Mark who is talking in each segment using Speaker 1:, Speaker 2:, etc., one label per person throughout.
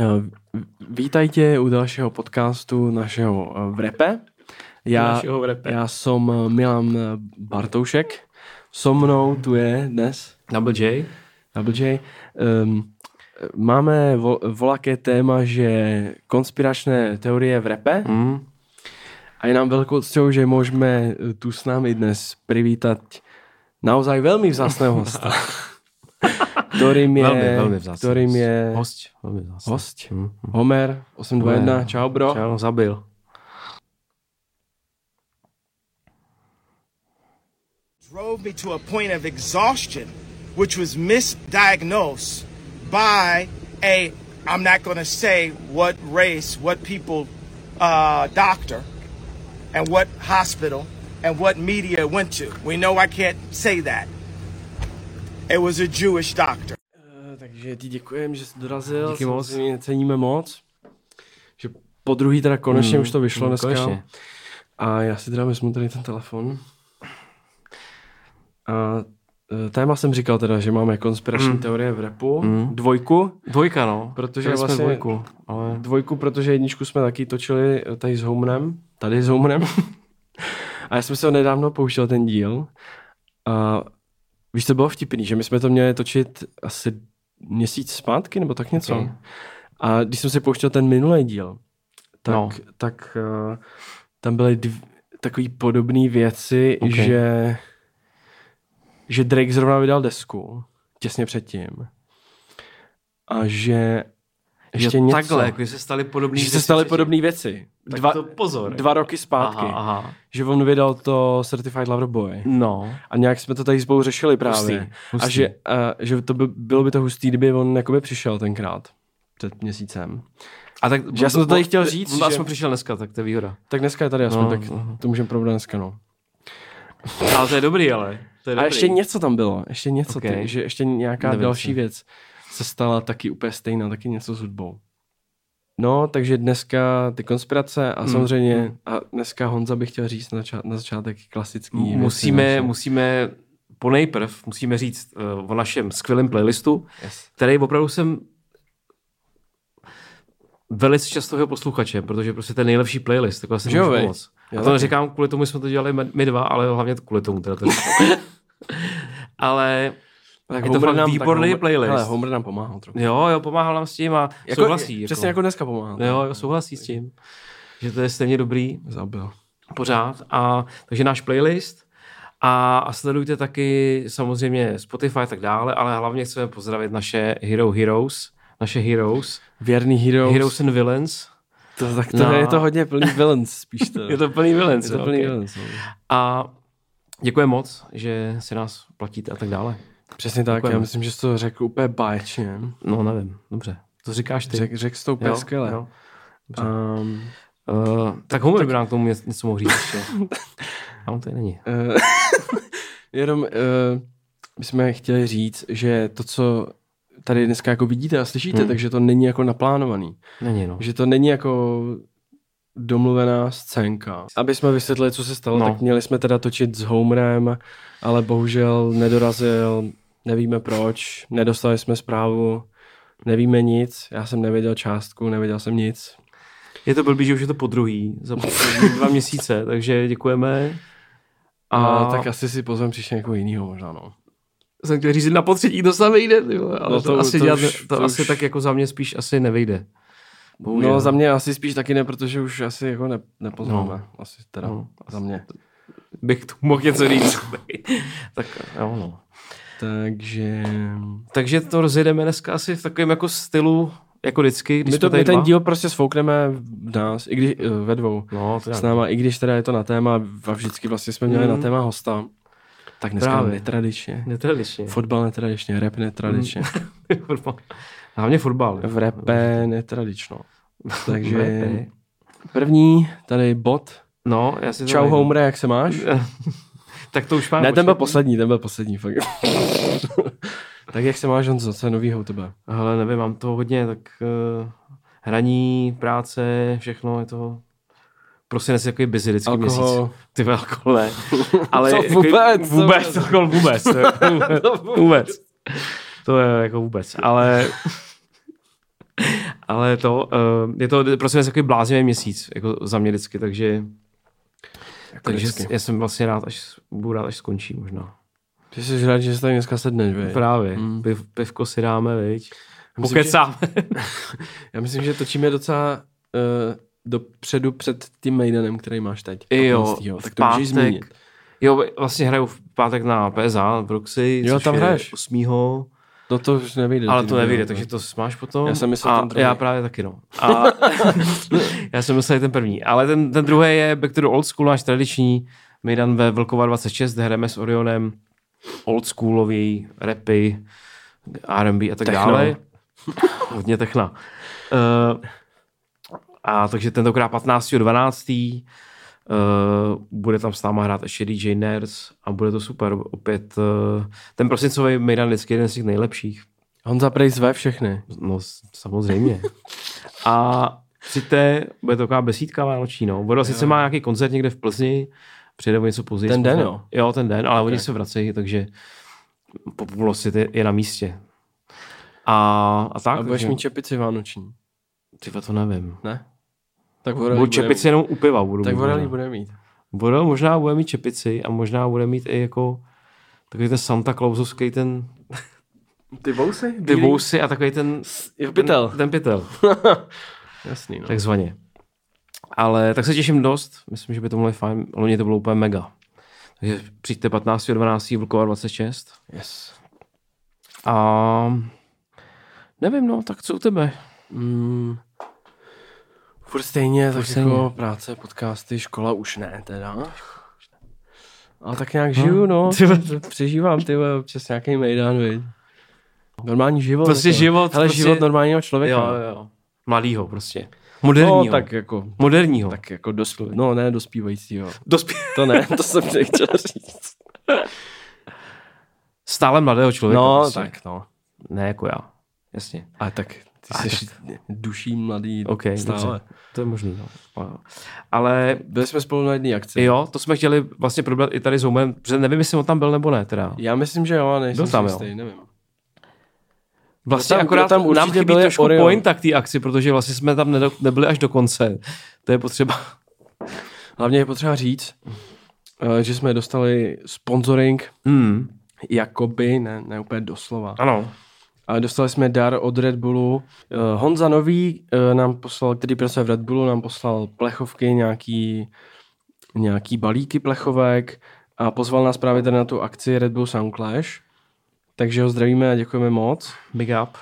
Speaker 1: Eh, Vítajte u dalšího podcastu našeho eh, v repe. Já,
Speaker 2: našeho repe.
Speaker 1: já jsem eh, Milan eh, Bartoušek. So mnou tu je dnes
Speaker 2: Double J.
Speaker 1: Double J. Um, máme vo, volaké téma, že konspiračné teorie v repe.
Speaker 2: Mm.
Speaker 1: A je nám velkou cťou, že můžeme eh, tu s námi dnes privítat naozaj velmi vzácného hosta. Kterým je,
Speaker 2: Velmi, velmi vzácný
Speaker 1: kterým
Speaker 2: host.
Speaker 1: je
Speaker 2: Host. Velmi vzácný.
Speaker 1: host.
Speaker 2: Mm. mm.
Speaker 1: Homer, 821,
Speaker 2: Homer.
Speaker 1: čau bro.
Speaker 2: Čau, zabil.
Speaker 3: drove me to a point of exhaustion, which was misdiagnosed by a, I'm not going to say what race, what people, uh, doctor, and what hospital, and what media it went to. We know I can't say that. It was a Jewish doctor.
Speaker 1: Eh, Takže ti děkujem, že jsi dorazil.
Speaker 2: Díky moc.
Speaker 1: Samozřejmě Ceníme moc. Že po druhý teda konečně mm, už to vyšlo
Speaker 2: mm,
Speaker 1: dneska.
Speaker 2: konečně.
Speaker 1: A já si teda vezmu tady ten telefon. A eh, téma jsem říkal teda, že máme konspirační mm. teorie v repu. Mm. Dvojku.
Speaker 2: Dvojka, no.
Speaker 1: Protože
Speaker 2: Chtěli
Speaker 1: vlastně-
Speaker 2: jsme dvojku, ale...
Speaker 1: Dvojku, protože jedničku jsme taky točili eh, tady s Homnem. Tady s Homnem. a já jsem se ho nedávno pouštěl ten díl. A víš, to bylo vtipný, že my jsme to měli točit asi měsíc zpátky nebo tak něco.
Speaker 2: Ok.
Speaker 1: A když jsem si pouštěl ten minulý díl, tak, no.
Speaker 2: No.
Speaker 1: tak uh, tam byly dv- takové podobné věci, okay.
Speaker 2: Ok.
Speaker 1: že že Drake zrovna vydal desku těsně předtím a že ještě
Speaker 2: že
Speaker 1: něco.
Speaker 2: Takhle, jako že se staly podobný.
Speaker 1: že se staly podobné věci.
Speaker 2: Dva, to pozor.
Speaker 1: dva roky zpátky.
Speaker 2: aha, aha.
Speaker 1: Že on vydal to Certified Lover Boy.
Speaker 2: No.
Speaker 1: A nějak jsme to tady spolu řešili právě.
Speaker 2: Hustý, hustý.
Speaker 1: A že, a, že to by, bylo by to hustý, kdyby on jakoby přišel tenkrát před měsícem.
Speaker 2: A tak,
Speaker 1: Že já jsem to tady chtěl říct,
Speaker 2: že...
Speaker 1: že-
Speaker 2: jsme přišel dneska, tak to je výhoda.
Speaker 1: Tak dneska je tady aspoň, no,
Speaker 2: No,
Speaker 1: tak
Speaker 2: aha.
Speaker 1: to můžeme probrat dneska, no.
Speaker 2: Ale to je dobrý, ale. To je
Speaker 1: A
Speaker 2: dobrý.
Speaker 1: ještě něco tam bylo, ještě něco, okay.
Speaker 2: Okay.
Speaker 1: ty, že ještě nějaká
Speaker 2: Nevím,
Speaker 1: další
Speaker 2: co.
Speaker 1: věc se stala taky úplně stejná, taky něco s hudbou. No, takže dneska ty konspirace
Speaker 2: Hmm,
Speaker 1: a samozřejmě, a dneska Honza bych chtěl říct na, začá- na začátek klasický věci
Speaker 2: Musíme,
Speaker 1: naše.
Speaker 2: musíme ponejprv, musíme říct uh, o našem skvělém playlistu,
Speaker 1: Yes.
Speaker 2: který opravdu jsem velice často jeho posluchačem, protože prostě to je nejlepší playlist, taková si
Speaker 1: Že jo,
Speaker 2: nemůžu
Speaker 1: vej?
Speaker 2: pomoct.
Speaker 1: Já
Speaker 2: A to
Speaker 1: taky.
Speaker 2: neříkám kvůli tomu, že jsme to dělali my dva, ale hlavně kvůli tomu. Teda ten. ale
Speaker 1: Tak
Speaker 2: je to
Speaker 1: Homer
Speaker 2: fakt
Speaker 1: nám-
Speaker 2: výborný
Speaker 1: tak Homer-
Speaker 2: playlist.
Speaker 1: Hele, Homer nám pomáhal trochu.
Speaker 2: jo, jo, pomáhal nám s tím a jako, souhlasí.
Speaker 1: Jako, přesně jako dneska pomáhal.
Speaker 2: Jo, jo, souhlasí s tím, že to je stejně dobrý
Speaker 1: Zabil.
Speaker 2: pořád. A, takže náš playlist. A, a sledujte taky samozřejmě Spotify a tak dále, ale hlavně chceme pozdravit naše Hero Heroes, naše Heroes,
Speaker 1: Věrný Heroes.
Speaker 2: Heroes and Villains.
Speaker 1: To, tak to
Speaker 2: No.
Speaker 1: je to hodně plný villains spíš to.
Speaker 2: Je to plný Villains.
Speaker 1: je to
Speaker 2: jo,
Speaker 1: plný
Speaker 2: ok.
Speaker 1: villains. no.
Speaker 2: A děkujeme moc, že si nás platíte a tak dále.
Speaker 1: Přesně tak,
Speaker 2: Děkujeme.
Speaker 1: já myslím, že jsi to řekl úplně báječně.
Speaker 2: No, nevím, dobře. To říkáš ty.
Speaker 1: Řek, řekl jsi to úplně
Speaker 2: Jo,
Speaker 1: skvěle.
Speaker 2: jo.
Speaker 1: Um,
Speaker 2: Uh, tak Homer by nám k tomu něco něco mohl říct ještě. A on tady není.
Speaker 1: eh, jenom uh, my jsme chtěli říct, že to, co tady dneska jako vidíte a slyšíte, hmm.
Speaker 2: Hmm.
Speaker 1: takže to není jako naplánovaný.
Speaker 2: Není, no.
Speaker 1: Že to není jako domluvená scénka. Aby jsme vysvětlili, co se stalo, no.
Speaker 2: No.
Speaker 1: tak měli jsme teda točit s Homerem, ale bohužel nedorazil, nevíme proč, nedostali jsme zprávu, nevíme nic, já jsem nevěděl částku, nevěděl jsem nic.
Speaker 2: Je to blbý, že už je to po druhý za poslední dva měsíce, takže děkujeme.
Speaker 1: A,
Speaker 2: A
Speaker 1: tak asi si pozvem příště někoho jiného možná, no.
Speaker 2: jsem chtěl říct, na potřetí to samé jde, ty vole, ale
Speaker 1: No
Speaker 2: no
Speaker 1: to-
Speaker 2: to, to, asi,
Speaker 1: to
Speaker 2: to, dělat,
Speaker 1: už-
Speaker 2: to, No,
Speaker 1: to
Speaker 2: to asi
Speaker 1: už-
Speaker 2: tak jako za mě spíš asi nevyjde. Bohužel.
Speaker 1: No za mě asi spíš taky ne, protože už asi jako ne, nepoznáme. No. Asi teda no.
Speaker 2: No.
Speaker 1: za mě.
Speaker 2: bych tu mohl něco říct. tak jo, no.
Speaker 1: Takže...
Speaker 2: Takže to rozjedeme dneska asi v takovém jako stylu, jako vždycky, když
Speaker 1: My, to,
Speaker 2: jsme tady
Speaker 1: my ten
Speaker 2: dva.
Speaker 1: díl prostě sfoukneme v nás, i když eh, ve dvou.
Speaker 2: No, to
Speaker 1: S
Speaker 2: nějak.
Speaker 1: náma, i když teda je to na téma, a vždycky vlastně jsme měli
Speaker 2: Mm.
Speaker 1: na téma hosta, tak dneska Právě.
Speaker 2: Právě.
Speaker 1: netradičně.
Speaker 2: Netradičně.
Speaker 1: Fotbal netradičně, rap netradičně,
Speaker 2: Fotbal. Hlavně fotbal.
Speaker 1: v rape netradično. Takže
Speaker 2: Rapy.
Speaker 1: první tady bod.
Speaker 2: No, já si to
Speaker 1: Čau
Speaker 2: najdu.
Speaker 1: Homre, jak se máš?
Speaker 2: Tak to už máme.
Speaker 1: Ne, ten byl poslední, ten byl poslední. Fakt. tak jak se máš, Honzo, co je novýho u tebe?
Speaker 2: Hele, nevím, mám toho hodně, tak uh, hraní, práce, všechno je toho. Prosinec je takový busy vždycky
Speaker 1: Alkohol.
Speaker 2: měsíc. Ty vole, alkohol ne. Ale
Speaker 1: Co
Speaker 2: jako-
Speaker 1: vůbec? Co vůbec?
Speaker 2: Vůbec, alkohol vůbec. to je jako vůbec. To je jako vůbec, ale... Ale to, uh, je to prostě takový bláznivý měsíc, jako za mě vždycky, takže, takže
Speaker 1: vždycky.
Speaker 2: já jsem vlastně rád, až, budu rád, až skončí možná.
Speaker 1: Ty jsi rád, že se tady dneska sedneš, vej.
Speaker 2: Právě, mm. Piv, pivko si dáme, viď?
Speaker 1: Myslím,
Speaker 2: Pokecáme.
Speaker 1: Já myslím, že točíme docela uh, dopředu před tím Maidenem, který máš teď.
Speaker 2: Jo,
Speaker 1: 15., tak
Speaker 2: v
Speaker 1: to můžeš zmínit.
Speaker 2: pátek. Jo, vlastně hraju v pátek na PSA, na Proxy,
Speaker 1: Jo,
Speaker 2: což
Speaker 1: tam
Speaker 2: je
Speaker 1: hraješ.
Speaker 2: 8.
Speaker 1: No to už nevyjde.
Speaker 2: Ale
Speaker 1: ty
Speaker 2: to
Speaker 1: video,
Speaker 2: nevíde,
Speaker 1: no.
Speaker 2: takže to máš potom.
Speaker 1: Já jsem myslel
Speaker 2: a
Speaker 1: ten druhý.
Speaker 2: Já právě taky, no. A já jsem myslel ten první. Ale ten, ten druhý je Back to the Old School, náš tradiční. Mejdan ve Vlkova 26, kde hrajeme s Orionem old schoolový rapy, R&B a tak
Speaker 1: Techno.
Speaker 2: dále. Hodně techna. Uh, a takže tentokrát 15.12. Uh, bude tam s náma hrát ještě DJ Nerds a bude to super. Opět uh, ten prosincový Mejdan vždycky je jeden z těch nejlepších.
Speaker 1: Honza prej zve všechny.
Speaker 2: No, s- samozřejmě. A přijďte, bude to taková besídka vánoční, no. Voda sice má nějaký koncert někde v Plzni, přijde o něco později.
Speaker 1: Ten den,
Speaker 2: možná-
Speaker 1: jo?
Speaker 2: Jo, ten den, ale oni se vracejí, takže populost je, je na místě. A, a tak.
Speaker 1: A budeš
Speaker 2: takže-
Speaker 1: mít čepici vánoční,
Speaker 2: Ty vole, to nevím.
Speaker 1: ne? Tak
Speaker 2: Budu
Speaker 1: vorelí bude
Speaker 2: čepici
Speaker 1: mít.
Speaker 2: jenom u piva. Budu
Speaker 1: Tak
Speaker 2: mít
Speaker 1: vorelí
Speaker 2: možná.
Speaker 1: bude mít.
Speaker 2: Bude, možná bude mít čepici a možná bude mít i jako takový ten Santa Clausovský ten
Speaker 1: Ty vousy?
Speaker 2: ty vousy a takový ten
Speaker 1: Jo, pytel.
Speaker 2: Ten, ten pytel.
Speaker 1: Jasný, no.
Speaker 2: takzvaně. Ale tak se těším dost, myslím, že by to bylo fajn, loni to bylo úplně mega. Takže přijďte 15. 12. Vlkova 26
Speaker 1: Yes.
Speaker 2: a nevím, no, tak co u tebe?
Speaker 1: Mm. Furt stejně, tak
Speaker 2: stejně.
Speaker 1: jako práce, podcasty, škola už ne teda. Ale tak nějak žiju, no.
Speaker 2: Ty vole,
Speaker 1: Přežívám, ty vole, občas nějaký mejdan, viď. Normální život.
Speaker 2: Prostě
Speaker 1: jako.
Speaker 2: život,
Speaker 1: Ale
Speaker 2: prostě-
Speaker 1: život normálního člověka.
Speaker 2: Jo, jo. Mladýho prostě. Moderního.
Speaker 1: No, tak jako,
Speaker 2: Moderního. Tak.
Speaker 1: tak jako dospěl, no ne dospívajícího.
Speaker 2: Dospě...
Speaker 1: To ne, to jsem nechtěl říct.
Speaker 2: Stále mladého člověka.
Speaker 1: No,
Speaker 2: prostě.
Speaker 1: tak no.
Speaker 2: Ne jako já. Jasně.
Speaker 1: A tak ty
Speaker 2: A
Speaker 1: jsi duší mladý
Speaker 2: OK,
Speaker 1: stále.
Speaker 2: dobře. To je možný, no. Wow. Ale
Speaker 1: Byli jsme spolu na jedné akci.
Speaker 2: jo, to jsme chtěli vlastně probrat i tady s Houmem, protože nevím, jestli on tam byl nebo ne teda.
Speaker 1: Já myslím, že jo, ale nejsem
Speaker 2: Byl tam,
Speaker 1: si
Speaker 2: jo.
Speaker 1: jistý, nevím.
Speaker 2: Vlastně
Speaker 1: No tam-
Speaker 2: tam, akorát
Speaker 1: tam
Speaker 2: tam nám
Speaker 1: určitě
Speaker 2: chybí
Speaker 1: byly
Speaker 2: trošku
Speaker 1: Orion.
Speaker 2: pointa k té akci, protože vlastně jsme tam nedo, nebyli až do konce. To je potřeba.
Speaker 1: Hlavně je potřeba říct, eh, že jsme dostali sponsoring,
Speaker 2: Hmm.
Speaker 1: jakoby, ne, ne úplně doslova,
Speaker 2: Ano.
Speaker 1: ale dostali jsme dar od Red Bullu. Eh, Honza Nový eh, nám poslal, který pracuje v Red Bullu, nám poslal plechovky, nějaký, nějaký balíky plechovek a pozval nás právě tady na tu akci Red Bull Sound Clash. Takže ho zdravíme a děkujeme moc.
Speaker 2: Big up.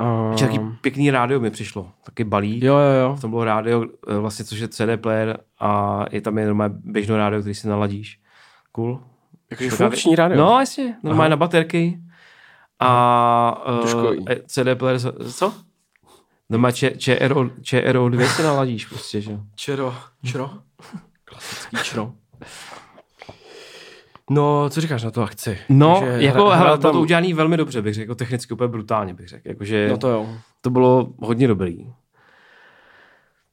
Speaker 2: Um.
Speaker 1: A...
Speaker 2: Ještě Taky pěkný rádio mi přišlo. Taky balík.
Speaker 1: Jo, jo, jo.
Speaker 2: Tam bylo rádio, eh, vlastně, což je CD player a je tam jenom běžné rádio, který si naladíš. Cool.
Speaker 1: Jakože
Speaker 2: Taková
Speaker 1: funkční
Speaker 2: vě-
Speaker 1: rádio.
Speaker 2: No, jasně. Normálně na baterky. A
Speaker 1: Troškový.
Speaker 2: uh, CD player, za- co? Normálně ČRO, ČRO, ČRO 2 si naladíš prostě, že? jo.
Speaker 1: Čero. Čero? Klasický čero. No, co říkáš na tu akci?
Speaker 2: No,
Speaker 1: Že
Speaker 2: jako,
Speaker 1: hra-
Speaker 2: hele,
Speaker 1: hrál
Speaker 2: bylo to
Speaker 1: tam-
Speaker 2: udělané velmi dobře, bych řekl, jako technicky úplně brutálně, bych řekl. Jakože
Speaker 1: No
Speaker 2: to...
Speaker 1: to jo.
Speaker 2: to bylo hodně dobrý.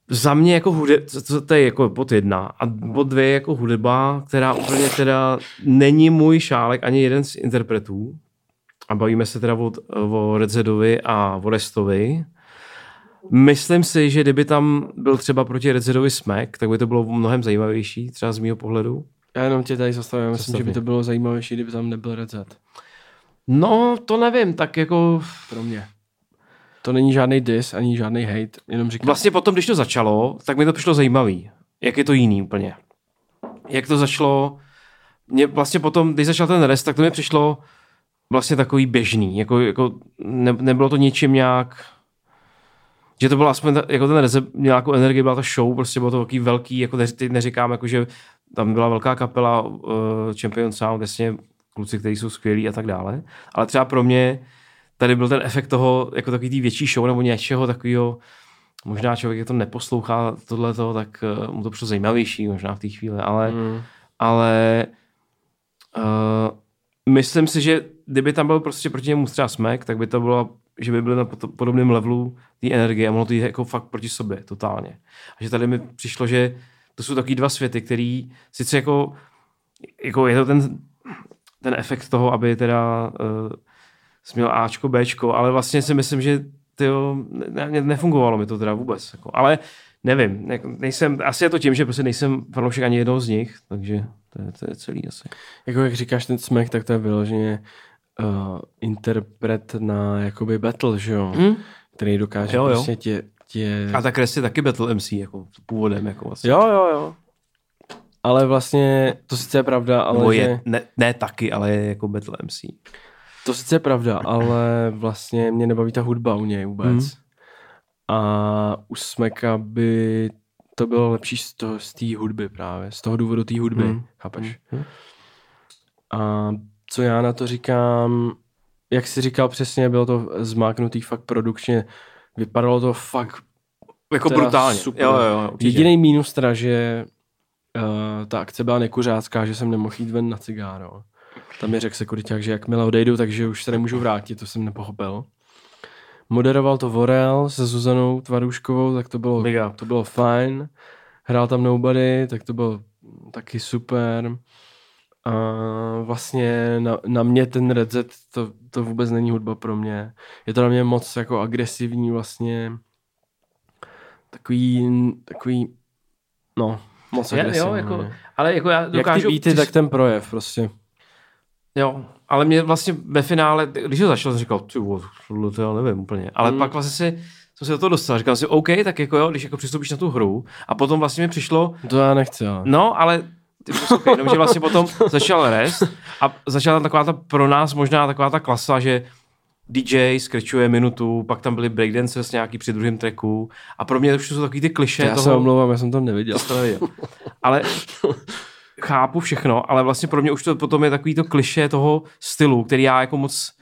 Speaker 2: Za mě jako hudeb, to- to, to je jako pod jedna a bod dvě je jako hudba, která úplně teda není můj šálek ani jeden z interpretů. A bavíme se teda o, o Redzedovi a o Restovi. Myslím si, že kdyby tam byl třeba proti Redzedovi smek, tak by to bylo mnohem zajímavější, třeba z mého pohledu.
Speaker 1: Já jenom tě tady zastavím. Myslím, že by
Speaker 2: Zastavím.
Speaker 1: to bylo zajímavější, kdyby tam nebyl Red Zed.
Speaker 2: No, to nevím, tak jako
Speaker 1: Pro mě. To není žádný dis, ani žádný hate, jenom říkám.
Speaker 2: Vlastně potom, když to začalo, tak mi to přišlo zajímavý. Jak je to jiný úplně. Jak to začalo, mě vlastně potom, když začal ten rest, tak to mi přišlo vlastně takový běžný. Jako, jako ne, nebylo to ničím nějak, že to bylo aspoň, ta- jako ten rest měl nějakou energii, byla to show, prostě bylo to takový velký, jako neři- teď neříkám, jako že tam byla velká kapela uh, Champion Sound, jasně kluci, kteří jsou skvělí a tak dále. Ale třeba pro mě tady byl ten efekt toho, jako takový tý větší show nebo něčeho takového, možná člověk, jak to neposlouchá tohleto, tak eh, mu to přišlo zajímavější možná v té chvíli, ale, mm. ale uh, myslím si, že kdyby tam byl prostě proti němu třeba smek, tak by to bylo, že by byly na pot- podobném levelu té energie a mohlo to jít jako fakt proti sobě totálně. A že tady mi přišlo, že to jsou takový dva světy, který sice jako, jako je to ten, eh, ten efekt toho, aby teda uh, jsi měl Ačko, Bčko, ale vlastně si myslím, že tyjo, ne, ne, nefungovalo mi to teda vůbec. Jako. Ale nevím, ne, nejsem, asi je to tím, že prostě nejsem fanoušek ani jednoho z nich, takže to je, to je celý asi.
Speaker 1: Jako jak říkáš ten smek, tak to je vyloženě uh, interpret na jakoby battle, že jo? Hmm? Který dokáže
Speaker 2: Jo,
Speaker 1: jo,
Speaker 2: jo.
Speaker 1: jo. prostě tě, tě...
Speaker 2: A ta kres je taky Battle MC, jako původem, jako vlastně.
Speaker 1: Jo, jo, jo. Ale vlastně, to sice je pravda, ale
Speaker 2: Nebo
Speaker 1: že...
Speaker 2: je, ne, ne taky, ale je jako Battle MC.
Speaker 1: To sice je pravda, ale vlastně mě nebaví ta hudba u něj vůbec.
Speaker 2: Mhm.
Speaker 1: A u Smeka by to bylo lepší z toho- z té hudby právě, z toho důvodu té hudby,
Speaker 2: Mhm.
Speaker 1: chápeš? Hmm. A co já na to říkám, jak jsi říkal přesně, bylo to zmáknutý fakt produkčně, vypadalo to fakt
Speaker 2: Jako
Speaker 1: Teda
Speaker 2: brutálně.
Speaker 1: super.
Speaker 2: Jo, jo, jo, určitě.
Speaker 1: Jediný mínus teda, že uh, ta akce byla nekuřácká, že jsem nemohl jít ven na cigáro. Tam mi řekl sekuriták, že jakmile odejdu, takže už se nemůžu vrátit, to jsem nepochopil. Moderoval to Vorel se Zuzanou Tvaruškovou, tak to bylo,
Speaker 2: Big up.
Speaker 1: to bylo fajn. Hrál tam Nobody, tak to bylo taky super. A vlastně na, na mě ten Red Z, to, to vůbec není hudba pro mě. Je to na mě moc jako agresivní vlastně takový, takový, no, moc
Speaker 2: Je,
Speaker 1: agresivní.
Speaker 2: jo, jako, ale jako já
Speaker 1: Jak ty
Speaker 2: dokážu...
Speaker 1: víty, tak ten projev prostě.
Speaker 2: Jo, ale mě vlastně ve finále, když to začal, jsem říkal, ty vole, tohle to já nevím úplně. Ale
Speaker 1: Mm.
Speaker 2: pak vlastně si, jsem se do toho dostal. Říkal jsem si, OK, tak jako jo, když jako přistoupíš na tu hru. A potom vlastně mi přišlo,
Speaker 1: To já nechci, ale.
Speaker 2: no, ale ty poslouchej, jenomže vlastně potom začal rest a začala tam taková ta pro nás možná taková ta klasa, že DJ skrčuje minutu, pak tam byly breakdancers nějaký při druhém tracku a pro mě to už jsou takový ty kliše
Speaker 1: já
Speaker 2: toho,
Speaker 1: se omlouvám, já jsem to neviděl.
Speaker 2: to neviděl. Ale chápu všechno, ale vlastně pro mě už to potom je takový to kliše toho stylu, který já jako moc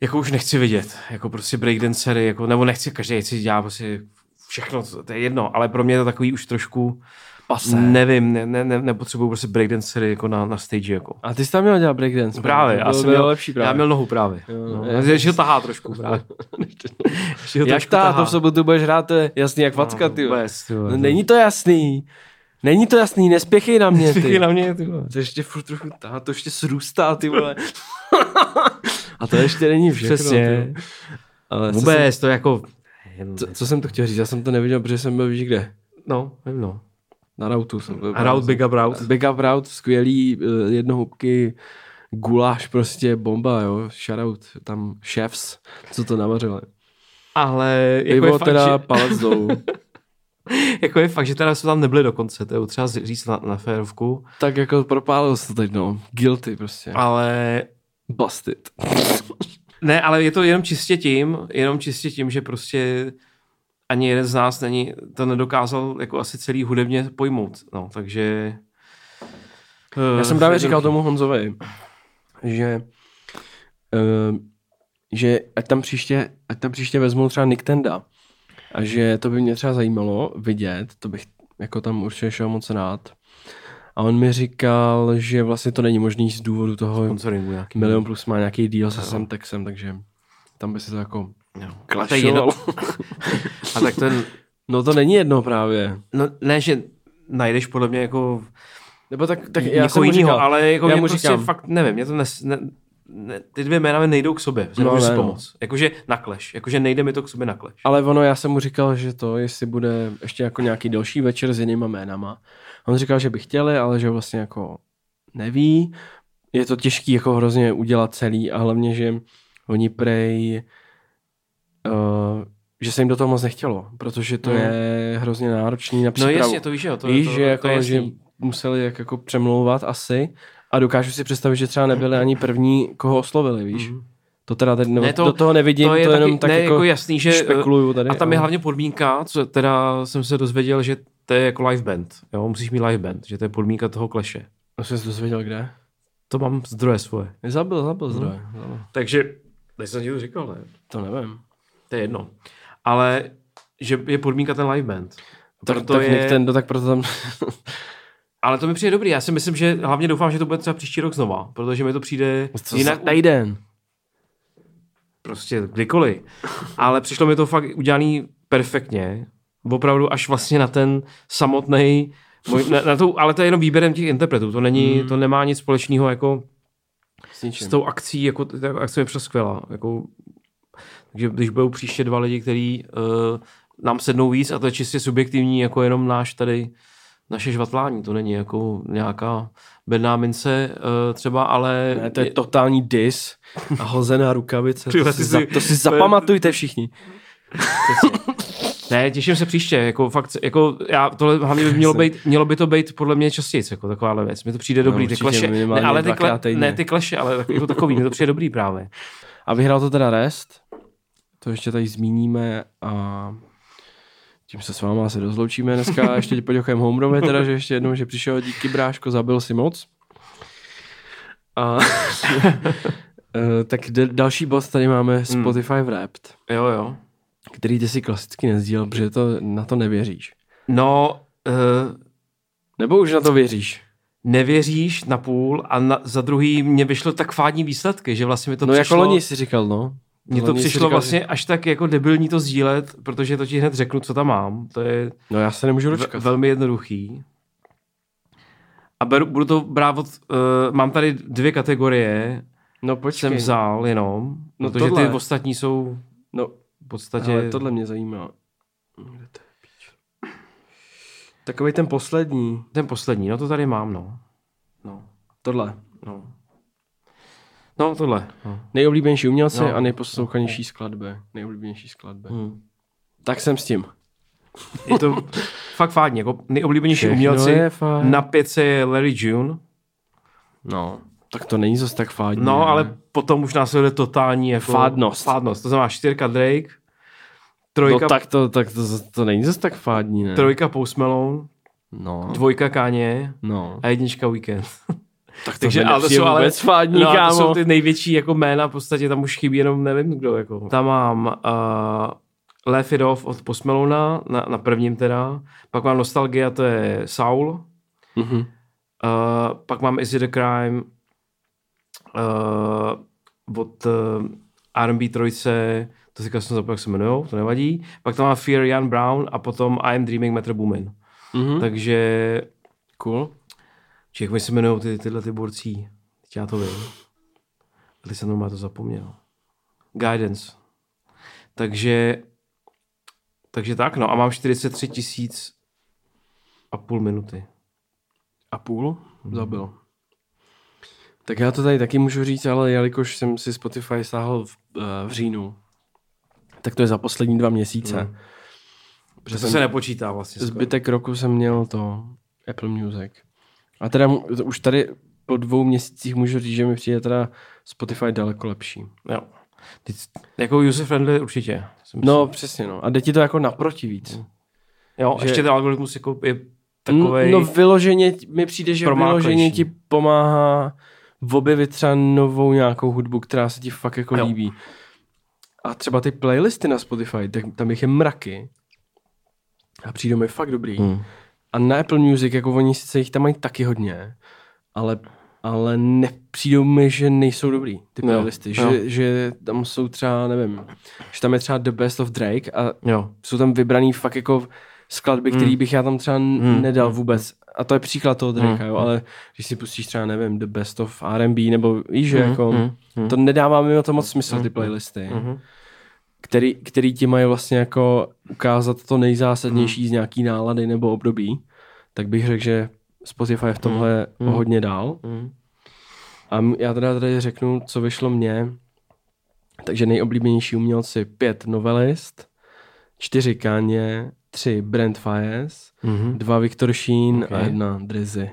Speaker 2: jako už nechci vidět, jako prostě breakdancery, jako, nebo nechci, každý chci dělat prostě všechno, to, to je jedno, ale pro mě je to takový už trošku,
Speaker 1: Pase.
Speaker 2: nevím, ne, ne, ne, nepotřebuju prostě breakdancery jako na, na stage, jako.
Speaker 1: A ty jsi tam měl dělat breakdance.
Speaker 2: Právě, já
Speaker 1: to
Speaker 2: jsem
Speaker 1: bylo
Speaker 2: měl,
Speaker 1: lepší právě.
Speaker 2: já měl nohu právě.
Speaker 1: Jo,
Speaker 2: no,
Speaker 1: já-
Speaker 2: já, já, já tahá trošku právě. Že ho
Speaker 1: jak
Speaker 2: trošku
Speaker 1: ta,
Speaker 2: tahá.
Speaker 1: to v sobotu budeš hrát, to je jasný jak facka,
Speaker 2: No,
Speaker 1: ty. vole.
Speaker 2: vůbec, ty vole,
Speaker 1: No, Není to jasný. Není to jasný, nespěchej na mě,
Speaker 2: Ty
Speaker 1: ty.
Speaker 2: na mě, ty vole.
Speaker 1: To ještě furt trochu tahá, to ještě srůstá, ty vole. A to ještě není všechno.
Speaker 2: Přesně.
Speaker 1: ty vole. Ale co jsem,
Speaker 2: Vůbec, to je jako...
Speaker 1: co, co jsem to chtěl říct? Já jsem to neviděl, protože jsem byl víš kde.
Speaker 2: No, vím, no.
Speaker 1: Na routu jsem byl.
Speaker 2: A Rout, Big Up Rout.
Speaker 1: Big Up Route, skvělý eh, jednohubky, guláš prostě bomba, jo, shoutout tam chefs, co to navařili.
Speaker 2: Ale jako je,
Speaker 1: Pivo
Speaker 2: fakt,
Speaker 1: teda
Speaker 2: teda...
Speaker 1: palec dolů.
Speaker 2: že, jako je fakt, že teda jsme tam nebyli dokonce, to je třeba říct na, na férovku,
Speaker 1: tak jako propálil se to teď, no. Guilty prostě.
Speaker 2: ale
Speaker 1: Busted.
Speaker 2: ne, ale je to jenom čistě tím, jenom čistě tím, že prostě ani jeden z nás není, to nedokázal jako asi celý hudebně pojmout, no, takže...
Speaker 1: Já
Speaker 2: eh,
Speaker 1: jsem právě říkal tomu Honzovi, že eh, že ať tam příště, ať tam příště vezmou třeba Nick Tenda. A že to by mě třeba zajímalo vidět, to bych jako tam určitě šel moc rád. A on mi říkal, že vlastně to není možný z důvodu toho,
Speaker 2: Sponsoringu nějaký.
Speaker 1: Milion Plus má nějaký deal se Semtexem, takže tam by se to jako
Speaker 2: No. A to je jedno.
Speaker 1: klašovalo.
Speaker 2: A tak ten,
Speaker 1: No to není jedno právě.
Speaker 2: no, ne, že najdeš podle mě jako
Speaker 1: Nebo tak, tak
Speaker 2: já
Speaker 1: já jsem
Speaker 2: někoho
Speaker 1: mu
Speaker 2: jiného,
Speaker 1: říkal,
Speaker 2: ale jako
Speaker 1: já
Speaker 2: já
Speaker 1: mu
Speaker 2: mě prostě
Speaker 1: říkám.
Speaker 2: fakt nevím, mě to nes, ne, ne, ty dvě jména mi nejdou k sobě,
Speaker 1: No,
Speaker 2: že no, nemůžu
Speaker 1: ne,
Speaker 2: si
Speaker 1: no.
Speaker 2: pomoct. Jakože na clash, jakože nejde mi to k sobě na clash.
Speaker 1: Ale ono, já jsem mu říkal, že to, jestli bude ještě jako nějaký další večer s jinýma jménama. On říkal, že by chtěli, ale že vlastně jako neví. Je to těžký jako hrozně udělat celý a hlavně, že oni prej, uh, že se jim do toho moc nechtělo, protože to
Speaker 2: Mm.
Speaker 1: je hrozně náročný na
Speaker 2: No
Speaker 1: přípravu.
Speaker 2: jasně, to víš, že jo, to,
Speaker 1: Víš,
Speaker 2: to,
Speaker 1: že,
Speaker 2: to,
Speaker 1: jako,
Speaker 2: je
Speaker 1: že
Speaker 2: jasný.
Speaker 1: museli jak jako přemlouvat asi a dokážu si představit, že třeba nebyli ani první, koho oslovili, víš. Mm-hmm. To teda teď, nebo,
Speaker 2: Mhm. Ne,
Speaker 1: ne,
Speaker 2: to-
Speaker 1: to, do toho nevidím, to,
Speaker 2: to je
Speaker 1: to jenom
Speaker 2: taky-
Speaker 1: tak
Speaker 2: ne,
Speaker 1: jako,
Speaker 2: jako jasný, že, eh,
Speaker 1: špekuluju tady.
Speaker 2: A tam je
Speaker 1: ale-
Speaker 2: hlavně podmínka, co teda jsem se dozvěděl, že to je jako live band, jo, musíš mít live band, že to je podmínka toho clashe.
Speaker 1: To No, jsi se dozvěděl kde?
Speaker 2: To mám zdroje svoje.
Speaker 1: Zabil,
Speaker 2: Mhm.
Speaker 1: zabil zdroj. Zabil.
Speaker 2: Takže, teď jsem ti to říkal, ne?
Speaker 1: To nevím.
Speaker 2: To je jedno. Ale že je podmínka ten live band.
Speaker 1: Tak,
Speaker 2: Proto
Speaker 1: tak
Speaker 2: je-
Speaker 1: je... ten, no, tak proto tam...
Speaker 2: Ale to mi přijde dobrý. Já si myslím, že hlavně doufám, že to bude třeba příští rok znova, protože mi to přijde
Speaker 1: Co
Speaker 2: jinak
Speaker 1: Jinak týden.
Speaker 2: prostě kdykoliv. Ale přišlo mi to fakt udělaný perfektně. Opravdu až vlastně na ten samotný, na, na tu, ale to je jenom výběrem těch interpretů. To
Speaker 1: Hmm.
Speaker 2: není, to nemá nic společného jako
Speaker 1: S ničím.
Speaker 2: s tou akcí, jako ta akce je přeskvělá. Jako, Takže když budou příště dva lidi, kteří uh, nám sednou víc, a to je čistě subjektivní, jako jenom náš tady, naše žvatlání, to není jako nějaká bedná mince uh, třeba, ale...
Speaker 1: Ne, to je totální dis a hozená rukavice.
Speaker 2: Tyhle,
Speaker 1: to,
Speaker 2: ty
Speaker 1: si, za,
Speaker 2: si-
Speaker 1: to si zapamatujte všichni.
Speaker 2: Ne, těším se příště, jako fakt, jako já, tohle hlavně by mělo, být, mělo by to být podle mě častěji, jako takováhle věc, mi to přijde dobrý, ty
Speaker 1: No, určitě,
Speaker 2: kleše, ne,
Speaker 1: minimálně
Speaker 2: ale ty,
Speaker 1: dvakrát
Speaker 2: kle,
Speaker 1: týdně.
Speaker 2: ne ty kleše, ale tak, jako takový, mi to přijde dobrý právě.
Speaker 1: A vyhrál to teda Rest. To ještě tady zmíníme a tím se s váma asi rozloučíme dneska. Ještě poděkujeme Homrovi, teda, že ještě jednou, že přišel díky bráško, zabil si moc. A Eh, tak d- další bod tady máme Spotify Wrapped,
Speaker 2: Jo, jo.
Speaker 1: který ty si klasicky nezdíl, protože to, na to nevěříš.
Speaker 2: No, uh,
Speaker 1: Nebo už na to věříš?
Speaker 2: nevěříš na půl a na, za druhý mě vyšlo tak fádní výsledky, že vlastně mi to
Speaker 1: No
Speaker 2: přišlo...
Speaker 1: jako loni si říkal, no.
Speaker 2: Mně to
Speaker 1: Loni jsi
Speaker 2: přišlo
Speaker 1: říkal,
Speaker 2: vlastně
Speaker 1: Že...
Speaker 2: až tak jako debilní to sdílet, protože to ti hned řeknu, co tam mám. To je
Speaker 1: No já se nemůžu
Speaker 2: ve-
Speaker 1: dočkat.
Speaker 2: velmi jednoduchý. A beru, budu to brát od, uh, mám tady dvě kategorie,
Speaker 1: No počkej.
Speaker 2: jsem vzal jenom,
Speaker 1: No
Speaker 2: no protože tohle.
Speaker 1: tohle.
Speaker 2: ty ostatní jsou
Speaker 1: No
Speaker 2: v podstatě...
Speaker 1: Ale tohle mě zajímá. Kde to je píč? Takový ten poslední,
Speaker 2: Ten poslední, no to tady mám, no. No,
Speaker 1: tohle.
Speaker 2: no. No, tohle. No.
Speaker 1: Nejoblíbenější umělci
Speaker 2: No.
Speaker 1: a nejposlouchanější skladby. Nejoblíbenější skladby.
Speaker 2: Hmm.
Speaker 1: Tak jsem s tím.
Speaker 2: Je to fakt fádně, jako nejoblíbenější
Speaker 1: Všechno
Speaker 2: umělci.
Speaker 1: je fajn.
Speaker 2: Na pětce je Larry June,
Speaker 1: No. Tak to není zas tak fádní.
Speaker 2: No,
Speaker 1: ne?
Speaker 2: ale potom už následuje totální jako...
Speaker 1: Fádnost.
Speaker 2: Fádnost, to znamená čtyřka Drake,
Speaker 1: No
Speaker 2: trojka,
Speaker 1: tak to, tak to, to není zas tak fádní, ne?
Speaker 2: trojka Post Malone,
Speaker 1: No.
Speaker 2: dvojka Kanye
Speaker 1: No.
Speaker 2: a jednička Weekend.
Speaker 1: Tak to
Speaker 2: Takže,
Speaker 1: mi
Speaker 2: ale to
Speaker 1: nepřijde
Speaker 2: jsou ale,
Speaker 1: vůbec fádní,
Speaker 2: no, to
Speaker 1: kámo.
Speaker 2: jsou ty největší jako jména, v podstatě tam už chybí jenom nevím kdo. Jako. Tam mám uh, Laugh It Off od Post Malona, na, na prvním teda. Pak mám Nostalgia, to je Saul.
Speaker 1: Mhm.
Speaker 2: Uh, pak mám Is It a Crime uh, od uh, R&B trojce, to si jsem zapomněl, jak se jmenujou, to nevadí. Pak tam mám Fear Jan Brown a potom I Am Dreaming Metro Boomin.
Speaker 1: Mhm.
Speaker 2: Takže,
Speaker 1: Cool.
Speaker 2: či jak oni se jmenují ty, tyhle ty borcí, Teď já to vím. A teď jsem normálně to zapomněl. Guidance. Takže, takže tak, no a mám 43 tisíc a půl minuty.
Speaker 1: a půl
Speaker 2: Mhm.
Speaker 1: zabil. Tak já to tady taky můžu říct, ale jelikož jsem si Spotify stáhl v, eh, v říjnu, tak to je za poslední dva měsíce.
Speaker 2: Hmm.
Speaker 1: Protože
Speaker 2: To
Speaker 1: jsem,
Speaker 2: se nepočítá vlastně. skoro.
Speaker 1: zbytek roku jsem měl to Apple Music. A teda mu- už tady po dvou měsících můžu říct, že mi přijde teda Spotify daleko lepší.
Speaker 2: Jo. Teď, jako user friendly určitě. si myslím.
Speaker 1: No přesně no. A jde ti to jako naproti víc.
Speaker 2: jo,
Speaker 1: že-
Speaker 2: že... ještě ten algoritmus jako je takovej...
Speaker 1: No vyloženě ti- mi přijde, že
Speaker 2: Promáklejší.
Speaker 1: vyloženě ti pomáhá objevit třeba novou nějakou hudbu, která se ti fakt jako
Speaker 2: Jo.
Speaker 1: líbí. A třeba ty playlisty na Spotify, tak tam jich je mraky. A přijde mi fakt dobrý.
Speaker 2: Hmm.
Speaker 1: A na Apple Music, jako oni sice jich tam mají taky hodně, ale, ale nepřijdou mi, že nejsou dobrý ty
Speaker 2: Jo.
Speaker 1: playlisty. Že,
Speaker 2: Jo.
Speaker 1: že tam jsou třeba, nevím, že tam je třeba The Best of Drake a
Speaker 2: Jo.
Speaker 1: jsou tam vybraný fakt jako skladby, který bych já tam třeba mm. nedal vůbec. A to je příklad toho Drakea, jo, ale když si pustíš třeba, nevím, The Best of R&B, nebo víš, že jako, to nedává mimo to moc smysl, ty playlisty, který, který ti mají vlastně jako ukázat to nejzásadnější z nějaký nálady nebo období, tak bych řekl, že Spotify je v tomhle o hodně dál. A m- já teda tady řeknu, co vyšlo mně. Takže nejoblíbenější umělci pět novelist, čtyři Kanye, tři Brent Fires,
Speaker 2: Mhm.
Speaker 1: dva Viktor Sheen okay. a
Speaker 2: Ok.
Speaker 1: jedna Drizzy.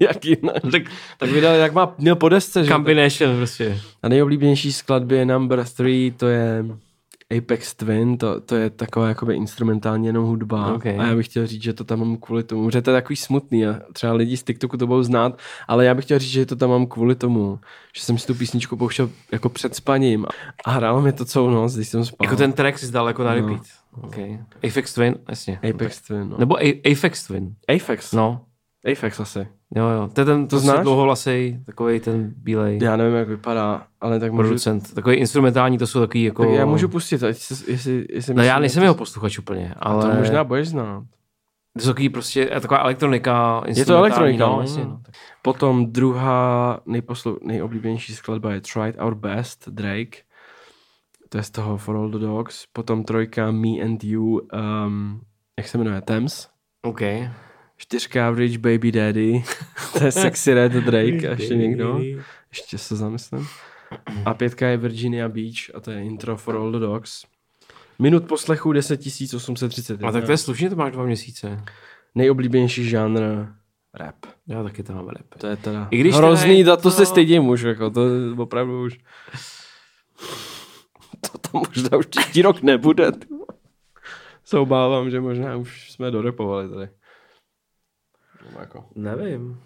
Speaker 1: Jak jinak?
Speaker 2: Tak
Speaker 1: No Tak vydal, jak má, měl po desce, že?
Speaker 2: combination prostě.
Speaker 1: A nejoblíbenější skladby je number three, to je Apex Twin, to, to je taková jakoby instrumentální jenom hudba.
Speaker 2: Ok.
Speaker 1: A já bych chtěl říct, že to tam mám kvůli tomu, že to je takový smutný a třeba lidi z TikToku to budou znát, ale já bych chtěl říct, že to tam mám kvůli tomu, že jsem si tu písničku pouštěl jako před spaním a hrálo mi to celou noc, když jsem spal.
Speaker 2: Jako ten track si dal jako na repeat. Okay. Apex Twin, jasně.
Speaker 1: No. Apex Twin, no.
Speaker 2: Nebo A- Apex Twin.
Speaker 1: Apex, no.
Speaker 2: No.
Speaker 1: Apex asi.
Speaker 2: Jo, jo. To je ten to
Speaker 1: znáš?
Speaker 2: dlouhovlasej, takovej ten bílej
Speaker 1: Já nevím, jak vypadá, ale tak můžu...
Speaker 2: producent. Takový instrumentální, to jsou takový jako...
Speaker 1: Tak já můžu pustit, ať se, jestli, jestli
Speaker 2: No já
Speaker 1: myslím-
Speaker 2: nejsem jeho posluchač úplně, ale...
Speaker 1: To možná budeš znát.
Speaker 2: To jsou takový prostě taková elektronika,
Speaker 1: Je to elektronika,
Speaker 2: no,
Speaker 1: no.
Speaker 2: jasně, no. Tak-
Speaker 1: Potom druhá nejposlu- nejoblíbenější skladba je Tried Our Best, Drake. to je z toho For All the Dogs, potom trojka Me and You, um, jak se jmenuje, Thames,
Speaker 2: OK.
Speaker 1: čtyřka Average Baby Daddy, to je Sexy Red Drake a ještě někdo, ještě se zamyslím. A pětka je Virginia Beach a to je intro For All the Dogs. Minut poslechu 10831.
Speaker 2: A tak to je slušně, to máš dva měsíce.
Speaker 1: Nejoblíbenější žánr rap.
Speaker 2: Já taky to mám rap.
Speaker 1: To je teda
Speaker 2: I když teda
Speaker 1: hrozný,
Speaker 2: je
Speaker 1: teda to... to se
Speaker 2: to-
Speaker 1: stydím už, jako to je opravdu už. To tam možná už příští rok nebude. ty vole. Se obávám, že možná už jsme dorepovali tady. Nebo Jako.
Speaker 2: Nevím.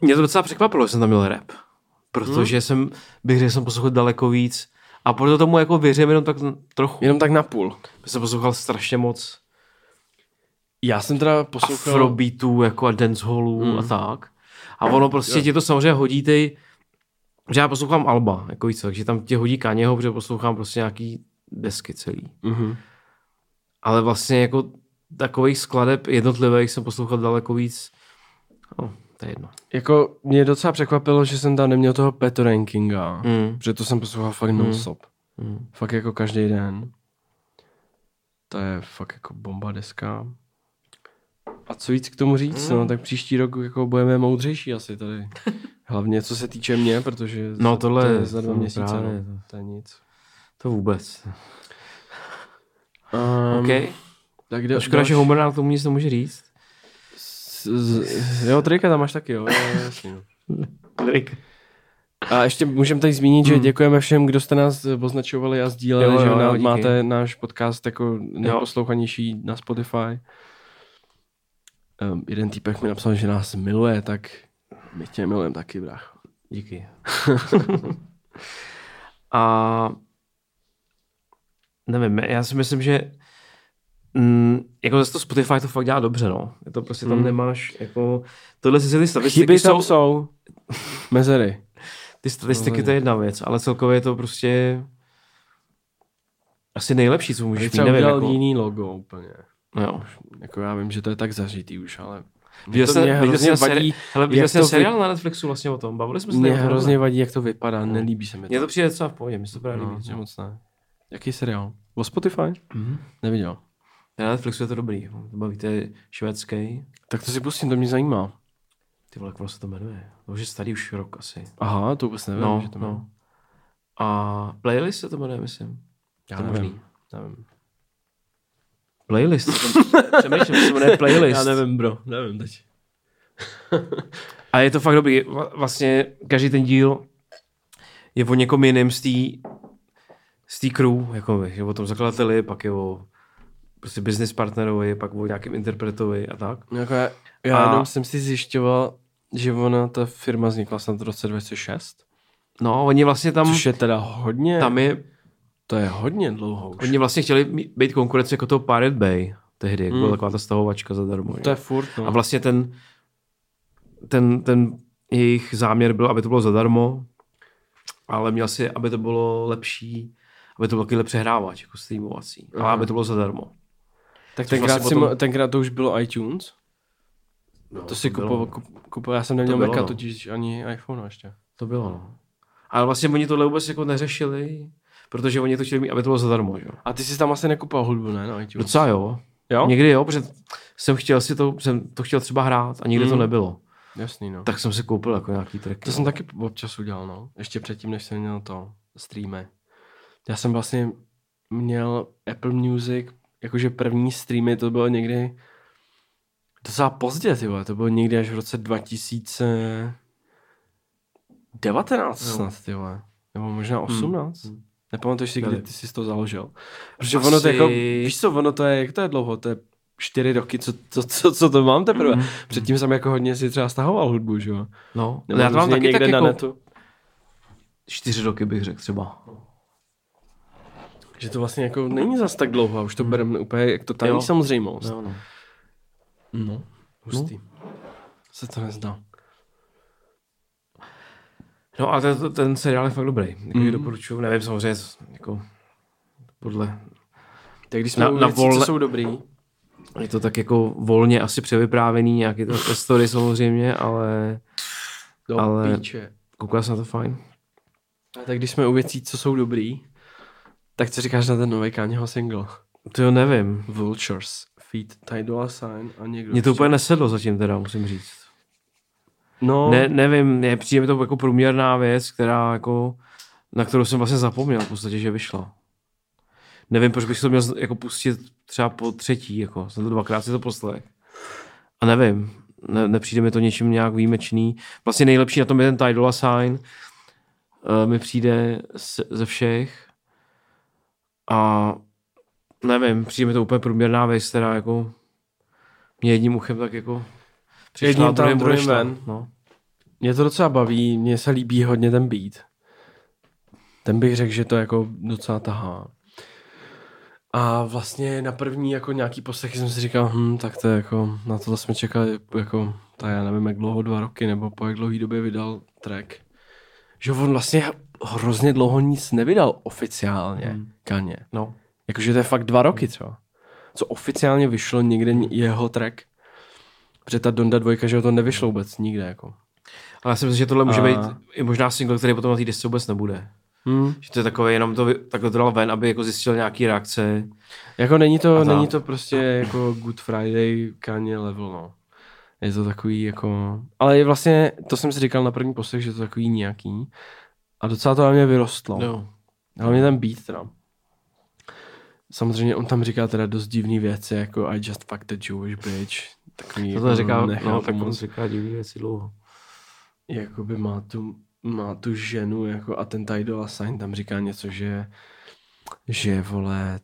Speaker 2: Mě to docela překvapilo, že jsem tam měl rap.
Speaker 1: Hm?
Speaker 2: Protože jsem, bych řekl, že jsem poslouchal daleko víc. A proto tomu jako věřím jenom tak trochu.
Speaker 1: Jenom tak napůl.
Speaker 2: Já jsem poslouchal strašně moc
Speaker 1: Já jsem teda poslouchal...
Speaker 2: afrobeatů jako a dancehallů a tak. A ono prostě ti to samozřejmě hodí ty, že já poslouchám Alba, jako víc, takže tam tě hodí Kanyeho, protože poslouchám prostě nějaký desky celý.
Speaker 1: Mhm.
Speaker 2: Ale vlastně jako takových skladeb jednotlivých jsem poslouchal daleko víc. No, to je jedno.
Speaker 1: Jako mě docela překvapilo, že jsem tam neměl toho Pet Rankinga,
Speaker 2: Mm.
Speaker 1: protože to jsem poslouchal fakt non-stop.
Speaker 2: Mm.
Speaker 1: Fakt jako každý den. To je fakt jako bomba deska. A co víc k tomu říct,
Speaker 2: Mm.
Speaker 1: no, tak příští rok jako budeme moudřejší asi tady. Hlavně co se týče mě, protože
Speaker 2: No,
Speaker 1: za-
Speaker 2: tohle
Speaker 1: to je
Speaker 2: je-
Speaker 1: za dva
Speaker 2: to
Speaker 1: měsíce,
Speaker 2: právě.
Speaker 1: no, to je nic.
Speaker 2: To vůbec.
Speaker 1: Um,
Speaker 2: OK.
Speaker 1: Tak jde,
Speaker 2: To škoda, že Homer nám k tomu nic nemůže říct.
Speaker 1: z, z, jo, trika tam máš taky, jo, jo, jasný, no.
Speaker 2: Rick.
Speaker 1: A ještě můžeme tady zmínit, že děkujeme všem, kdo jste nás eh, označovali a sdíleli,
Speaker 2: Hmm. Jo,
Speaker 1: že
Speaker 2: jo,
Speaker 1: na,
Speaker 2: jo, díky.
Speaker 1: máte náš podcast jako nejposlouchanější na Spotify. Um, jeden týpek mi napsal, že nás miluje, tak my tě milujeme taky, brach.
Speaker 2: Díky. A nevím, já si myslím, že mm, jako zase to Spotify to fakt dělá dobře, no. Je to prostě tam nemáš, jako tohle si ty statistiky
Speaker 1: Hmm. Chyby tam
Speaker 2: jsou,
Speaker 1: jsou. Mezery.
Speaker 2: ty
Speaker 1: No,
Speaker 2: statistiky to je jedna věc, ale celkově je to prostě asi nejlepší, co můžeš mít,
Speaker 1: Třeba
Speaker 2: nevím,
Speaker 1: udělal
Speaker 2: jako, No
Speaker 1: jiný logo úplně.
Speaker 2: jo.
Speaker 1: Jako já vím, že to je tak zažitý už, ale
Speaker 2: Viděl
Speaker 1: to
Speaker 2: jsem,
Speaker 1: mě
Speaker 2: viděl
Speaker 1: hrozně
Speaker 2: jsem,
Speaker 1: vadí,
Speaker 2: seri- hele,
Speaker 1: jak
Speaker 2: viděl jsem
Speaker 1: to vy-
Speaker 2: seriál na Netflixu vlastně o tom, bavili jsme se
Speaker 1: mě
Speaker 2: tady o tom,
Speaker 1: hrozně
Speaker 2: ne?
Speaker 1: vadí, jak to vypadá, nelíbí se mi to.
Speaker 2: Mně to přijde docela v pohodě, mi se to právě
Speaker 1: No,
Speaker 2: líbí.
Speaker 1: že moc ne. Jaký seriál? O Spotify?
Speaker 2: Mhm.
Speaker 1: Neviděl.
Speaker 2: Na Netflixu je to dobrý, to baví, to je švédský.
Speaker 1: Tak to si pustím, to mě zajímá.
Speaker 2: Ty vole, jak ono se to jmenuje? To už je starý už rok asi.
Speaker 1: Aha, to vůbec nevím,
Speaker 2: No,
Speaker 1: že to
Speaker 2: no. A playlist se to jmenuje, myslím.
Speaker 1: Já
Speaker 2: to je
Speaker 1: nevím.
Speaker 2: možný.
Speaker 1: nevím.
Speaker 2: Playlist. Přemýšlím, že se jmenuje playlist.
Speaker 1: bro, nevím teď.
Speaker 2: A je to fakt dobrý. Va- Vlastně každý ten díl je o někom jiném z té z té crew, jako by, je o tom zakladateli, pak je o prostě business partnerovi, pak o nějakém interpretovi a tak.
Speaker 1: Jako já, já
Speaker 2: A-
Speaker 1: a... jenom jsem si zjišťoval, že ona, ta firma vznikla snad v roce 2006,
Speaker 2: No, oni vlastně tam,
Speaker 1: což je teda hodně,
Speaker 2: tam je
Speaker 1: to je hodně dlouho už.
Speaker 2: Oni vlastně chtěli mít- být konkurence jako toho Pirate Bay tehdy, jak byla taková ta stahovačka zadarmo.
Speaker 1: Hmm. To
Speaker 2: že?
Speaker 1: je furt, no.
Speaker 2: A vlastně ten, ten, ten jejich záměr byl, aby to bylo zadarmo, ale měl si, aby to bylo lepší, aby to bylo takovýhle přehrávač, jako streamovací,
Speaker 1: Hmm.
Speaker 2: ale aby to bylo zadarmo.
Speaker 1: tak
Speaker 2: což
Speaker 1: tenkrát,
Speaker 2: vlastně
Speaker 1: si
Speaker 2: potom-
Speaker 1: mo- tenkrát to už bylo iTunes. No, to si
Speaker 2: to bylo,
Speaker 1: kupoval, kup- kupoval, já jsem neměl
Speaker 2: To bylo,
Speaker 1: Maca
Speaker 2: no.
Speaker 1: totiž ani iPhone ještě.
Speaker 2: To bylo, no. Ale vlastně oni tohle vůbec jako neřešili, protože oni to chtěli mít, aby to bylo zadarmo, že? jo.
Speaker 1: A ty jsi tam asi nekupoval hudbu, ne, na iTunes?
Speaker 2: Docela jo.
Speaker 1: Jo?
Speaker 2: Někdy jo, protože jsem chtěl si to, jsem to chtěl třeba hrát a nikdy
Speaker 1: Hmm.
Speaker 2: to nebylo.
Speaker 1: Jasný, no.
Speaker 2: Tak jsem si koupil jako nějaký tracky.
Speaker 1: To jsem taky občas udělal, no. Ještě předtím, než jsem měl to streamy. Já jsem vlastně měl Apple Music, jakože první streamy, to bylo někdy docela pozdě, ty vole. To bylo někdy až v roce 2019
Speaker 2: Jo.
Speaker 1: snad, ty vole. Nebo možná 18. Hmm. Nepamatuješ si, kdy
Speaker 2: Byly.
Speaker 1: ty jsi to založil. Protože
Speaker 2: Asi-
Speaker 1: ono to jako, víš co, ono to je, jak to je dlouho, to je čtyři roky, co, co, co, co to mám teprve.
Speaker 2: Mhm.
Speaker 1: Předtím jsem jako hodně si třeba stahoval hudbu, že jo.
Speaker 2: No,
Speaker 1: Nebo
Speaker 2: já to mám
Speaker 1: různě
Speaker 2: taky tak
Speaker 1: někde na
Speaker 2: jako
Speaker 1: netu.
Speaker 2: čtyři roky bych řekl třeba.
Speaker 1: Že to vlastně jako není zas tak dlouho, a už to bereme úplně jak to tam
Speaker 2: Hmm. Jo.
Speaker 1: samozřejmost.
Speaker 2: Jo, no.
Speaker 1: No, hustý. Se to nezdá.
Speaker 2: no a ten, ten seriál je fakt dobrý. Jako
Speaker 1: Mhm.
Speaker 2: mm. doporučuju, nevím samozřejmě, co- jako podle,
Speaker 1: Tak když jsme
Speaker 2: Na-
Speaker 1: na, u
Speaker 2: na
Speaker 1: věcí,
Speaker 2: volne-
Speaker 1: co jsou dobrý,
Speaker 2: je to tak jako volně asi převyprávěný, nějaký to to story samozřejmě, ale
Speaker 1: do
Speaker 2: Ale-
Speaker 1: píče.
Speaker 2: koukal jsem na to fajn.
Speaker 1: Tak když jsme u věcí, co jsou dobrý, tak co říkáš na ten nový Kanyeho single?
Speaker 2: To jo, nevím.
Speaker 1: Vultures, Feed, Ty Dolla Sign a někdo.
Speaker 2: Mě to
Speaker 1: ještě.
Speaker 2: úplně nesedlo zatím teda, musím říct.
Speaker 1: No,
Speaker 2: Ne, nevím, ne, přijde mi to jako průměrná věc, která jako, na kterou jsem vlastně zapomněl v podstatě, že vyšla. Nevím, proč bych si to měl z- jako pustit třeba po třetí, jako jsem to dvakrát si to poslech. A nevím, ne, nepřijde mi to něčím nějak výjimečný. Vlastně nejlepší na tom je ten Ty Dolla Sign, Eh, mi přijde z, ze všech. A nevím, přijde mi to úplně průměrná věc, která jako mě jedním uchem tak jako přišla,
Speaker 1: Jedním
Speaker 2: a
Speaker 1: tam, druhým
Speaker 2: odešla,
Speaker 1: ven.
Speaker 2: No.
Speaker 1: mě to docela baví, mně se líbí hodně ten beat. Ten bych řekl, že to jako docela tahá. A vlastně na první jako nějaký poslechy jsem si říkal, hm, tak to je jako, na tohle jsme čekali jako, ta já nevím, jak dlouho, dva roky, nebo po jak dlouhý době vydal track. Že on vlastně hrozně dlouho nic nevydal oficiálně, hmm. Kaně.
Speaker 2: no.
Speaker 1: Jakože to je fakt dva roky třeba. Co oficiálně vyšlo někde n- jeho track. Protože ta Donda 2, že jo, to nevyšlo vůbec nikde. Jako.
Speaker 2: Ale já si myslím, že tohle může
Speaker 1: A-
Speaker 2: být i možná single, který potom na té desce vůbec nebude.
Speaker 1: Hmm.
Speaker 2: Že to je takové, jenom to vy- takhle to dal ven, aby jako zjistil nějaký reakce.
Speaker 1: Jako není
Speaker 2: A
Speaker 1: to,
Speaker 2: ta-
Speaker 1: není to prostě jako Good Friday Kanye level, no. Je to takový jako... Ale je vlastně, to jsem si říkal na první poslech, že to takový nějaký. A docela to na mě vyrostlo.
Speaker 2: No.
Speaker 1: Hlavně ten beat teda. Samozřejmě on tam říká teda dost divný věci, jako I just fucked a Jewish bitch. Takový,
Speaker 2: To to říká,
Speaker 1: nechápu
Speaker 2: no, tak on
Speaker 1: moc.
Speaker 2: říká divný věci dlouho.
Speaker 1: jakoby má tu, má tu ženu jako a ten Ty Dolla Sign tam říká něco, že že vole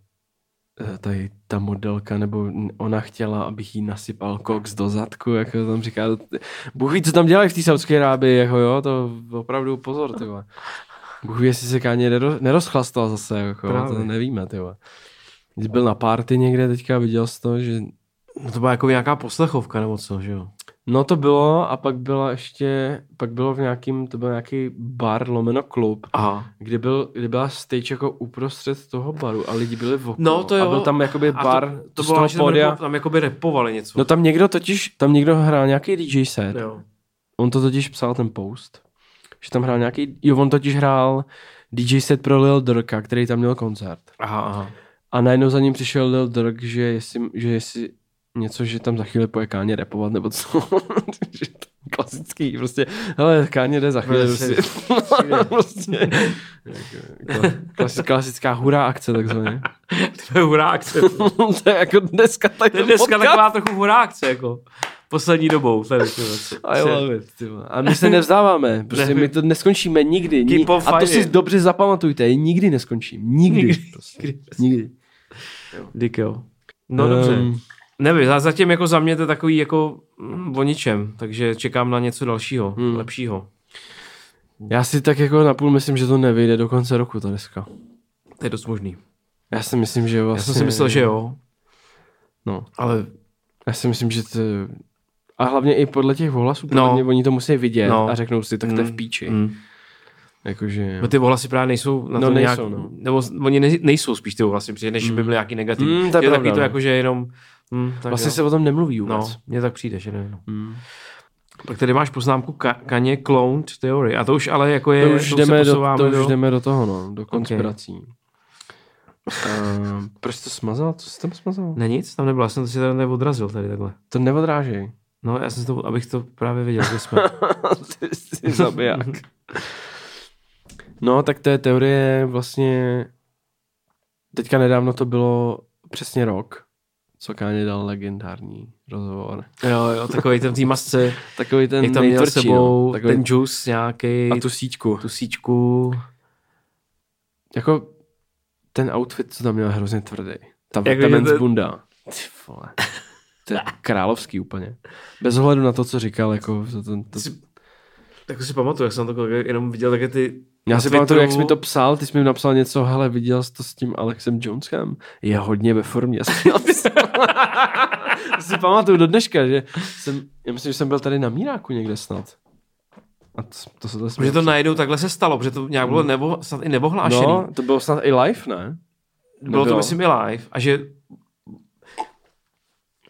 Speaker 1: eh, tady ta modelka, nebo ona chtěla, abych jí nasypal koks do zadku, jako tam říká, Bůh ví, co tam dělají v té Saudské Arábii, jako jo, to opravdu pozor, ty vole. Bůh ví, jestli se Káně nerozchlastal zase, jako,
Speaker 2: Právě.
Speaker 1: to nevíme, ty vole. Když byl na party někde teďka, viděl jsi to, že
Speaker 2: No to byla jako nějaká poslechovka nebo co, že jo?
Speaker 1: No to bylo a pak byla ještě, pak bylo v nějakým, to byl nějaký bar, lomeno klub,
Speaker 2: Aha.
Speaker 1: kde, byl, kde byla stage jako uprostřed toho baru a lidi byli v okolo.
Speaker 2: No, to jo.
Speaker 1: A byl tam jakoby
Speaker 2: A
Speaker 1: bar
Speaker 2: to, to
Speaker 1: z
Speaker 2: bylo,
Speaker 1: toho
Speaker 2: že tam,
Speaker 1: pódia.
Speaker 2: repo, tam jakoby repovali něco.
Speaker 1: No tam někdo totiž, tam někdo hrál nějaký DJ set.
Speaker 2: jo.
Speaker 1: On to totiž psal ten post, že tam hrál nějaký, jo on totiž hrál DJ set pro Lil Durka, který tam měl koncert.
Speaker 2: Aha, aha.
Speaker 1: A najednou za ním přišel Lil Durk, že jestli, že jestli něco, že tam za chvíli poje Káně repovat, nebo co. Že to je klasický, prostě, hele, Káně jde za chvíli,
Speaker 2: Prostě-
Speaker 1: prostě. prostě jako, klasi- klasická hurá akce, takzvaně.
Speaker 2: To je hurákce.
Speaker 1: to je jako dneska tak
Speaker 2: To je dneska taková trochu hurákce, jako. Poslední dobou. To je věc.
Speaker 1: I love it, ty vole. A my se nevzdáváme, prostě
Speaker 2: Ne.
Speaker 1: my to neskončíme nikdy. Ni-
Speaker 2: Keep on
Speaker 1: a to si
Speaker 2: fighting.
Speaker 1: dobře zapamatujte, nikdy neskončím. Nikdy.
Speaker 2: Nikdy.
Speaker 1: Prostě. nikdy.
Speaker 2: Dik, jo. No dobře.
Speaker 1: Ehm,
Speaker 2: Nevím, za- zatím jako za mě to je takový jako mm, o ničem, takže čekám na něco dalšího, hmm. lepšího.
Speaker 1: já si tak jako napůl myslím, že to nevyjde do konce roku ta deska.
Speaker 2: To je dost možný.
Speaker 1: Já si myslím, že vlastně...
Speaker 2: Já jsem si myslel, že jo,
Speaker 1: No,
Speaker 2: ale
Speaker 1: já si myslím, že to... A hlavně i podle těch ohlasů, podle
Speaker 2: No.
Speaker 1: mě, oni to musí vidět
Speaker 2: No.
Speaker 1: no. a řeknou si, tak to je v píči. Mm.
Speaker 2: mm,
Speaker 1: Jakože...
Speaker 2: ty ohlasy právě nejsou na
Speaker 1: No,
Speaker 2: to
Speaker 1: nejsou,
Speaker 2: nějak,
Speaker 1: no.
Speaker 2: nebo s- oni ne, nejsou spíš ty ohlasy, přijde, než by byly nějaký negativní.
Speaker 1: Mm, to je
Speaker 2: je
Speaker 1: pravda,
Speaker 2: taky to
Speaker 1: no.
Speaker 2: jako, že jenom, mm, tak
Speaker 1: Vlastně
Speaker 2: jo.
Speaker 1: se o tom nemluví vůbec.
Speaker 2: no, mně tak přijde, že nevím. Mm. Pak tady máš poznámku Ka- Kanye Cloned Theory a to už ale jako je,
Speaker 1: To už,
Speaker 2: se
Speaker 1: jdeme do,
Speaker 2: posouváme
Speaker 1: to už jdeme do toho, no, do konspirací. Okay. Uh, proč to smazal? Co jsi tam smazal?
Speaker 2: Ne nic, tam nebylo, já jsem to si tady neodrazil tady takhle.
Speaker 1: To neodrážej.
Speaker 2: No já jsem to, abych to právě věděl, kde jsme.
Speaker 1: Ty jsi zabiják. No, tak to je teorie vlastně... Teďka nedávno to bylo přesně rok, co Kanye dal legendární rozhovor.
Speaker 2: jo, jo, takový ten v té masce,
Speaker 1: Takový ten
Speaker 2: jak tam měl s
Speaker 1: nejtvrdší,
Speaker 2: sebou
Speaker 1: no.
Speaker 2: takový...
Speaker 1: Takový,
Speaker 2: ten juice nějaký,
Speaker 1: a tu síťku.
Speaker 2: tu síčku.
Speaker 1: Jako ten outfit, co tam měl, je hrozně tvrdý. Ta,
Speaker 2: Jako,
Speaker 1: ta
Speaker 2: že
Speaker 1: men's
Speaker 2: to-
Speaker 1: bunda. Ty vole. To je královský úplně. Bez ohledu na to, co říkal, jako to, to, to,
Speaker 2: Si- Tak to si pamatuju, jak jsem to kolik- jenom viděl také ty
Speaker 1: já
Speaker 2: na
Speaker 1: si pamatuju, jak
Speaker 2: Twitteru.
Speaker 1: jsi mi to psal, ty jsi mi napsal něco, hele, viděl jsi to s tím Alexem Jonesem? Je hodně ve formě. Já jsem- To si pamatuju do dneška, že jsem, já myslím, že jsem byl tady na Míráku někde snad. A to, to se to
Speaker 2: Protože to najednou takhle se stalo, protože to nějak bylo nebo, snad i nevohlášený.
Speaker 1: No, to bylo snad i live, ne?
Speaker 2: bylo to, myslím, i live. A že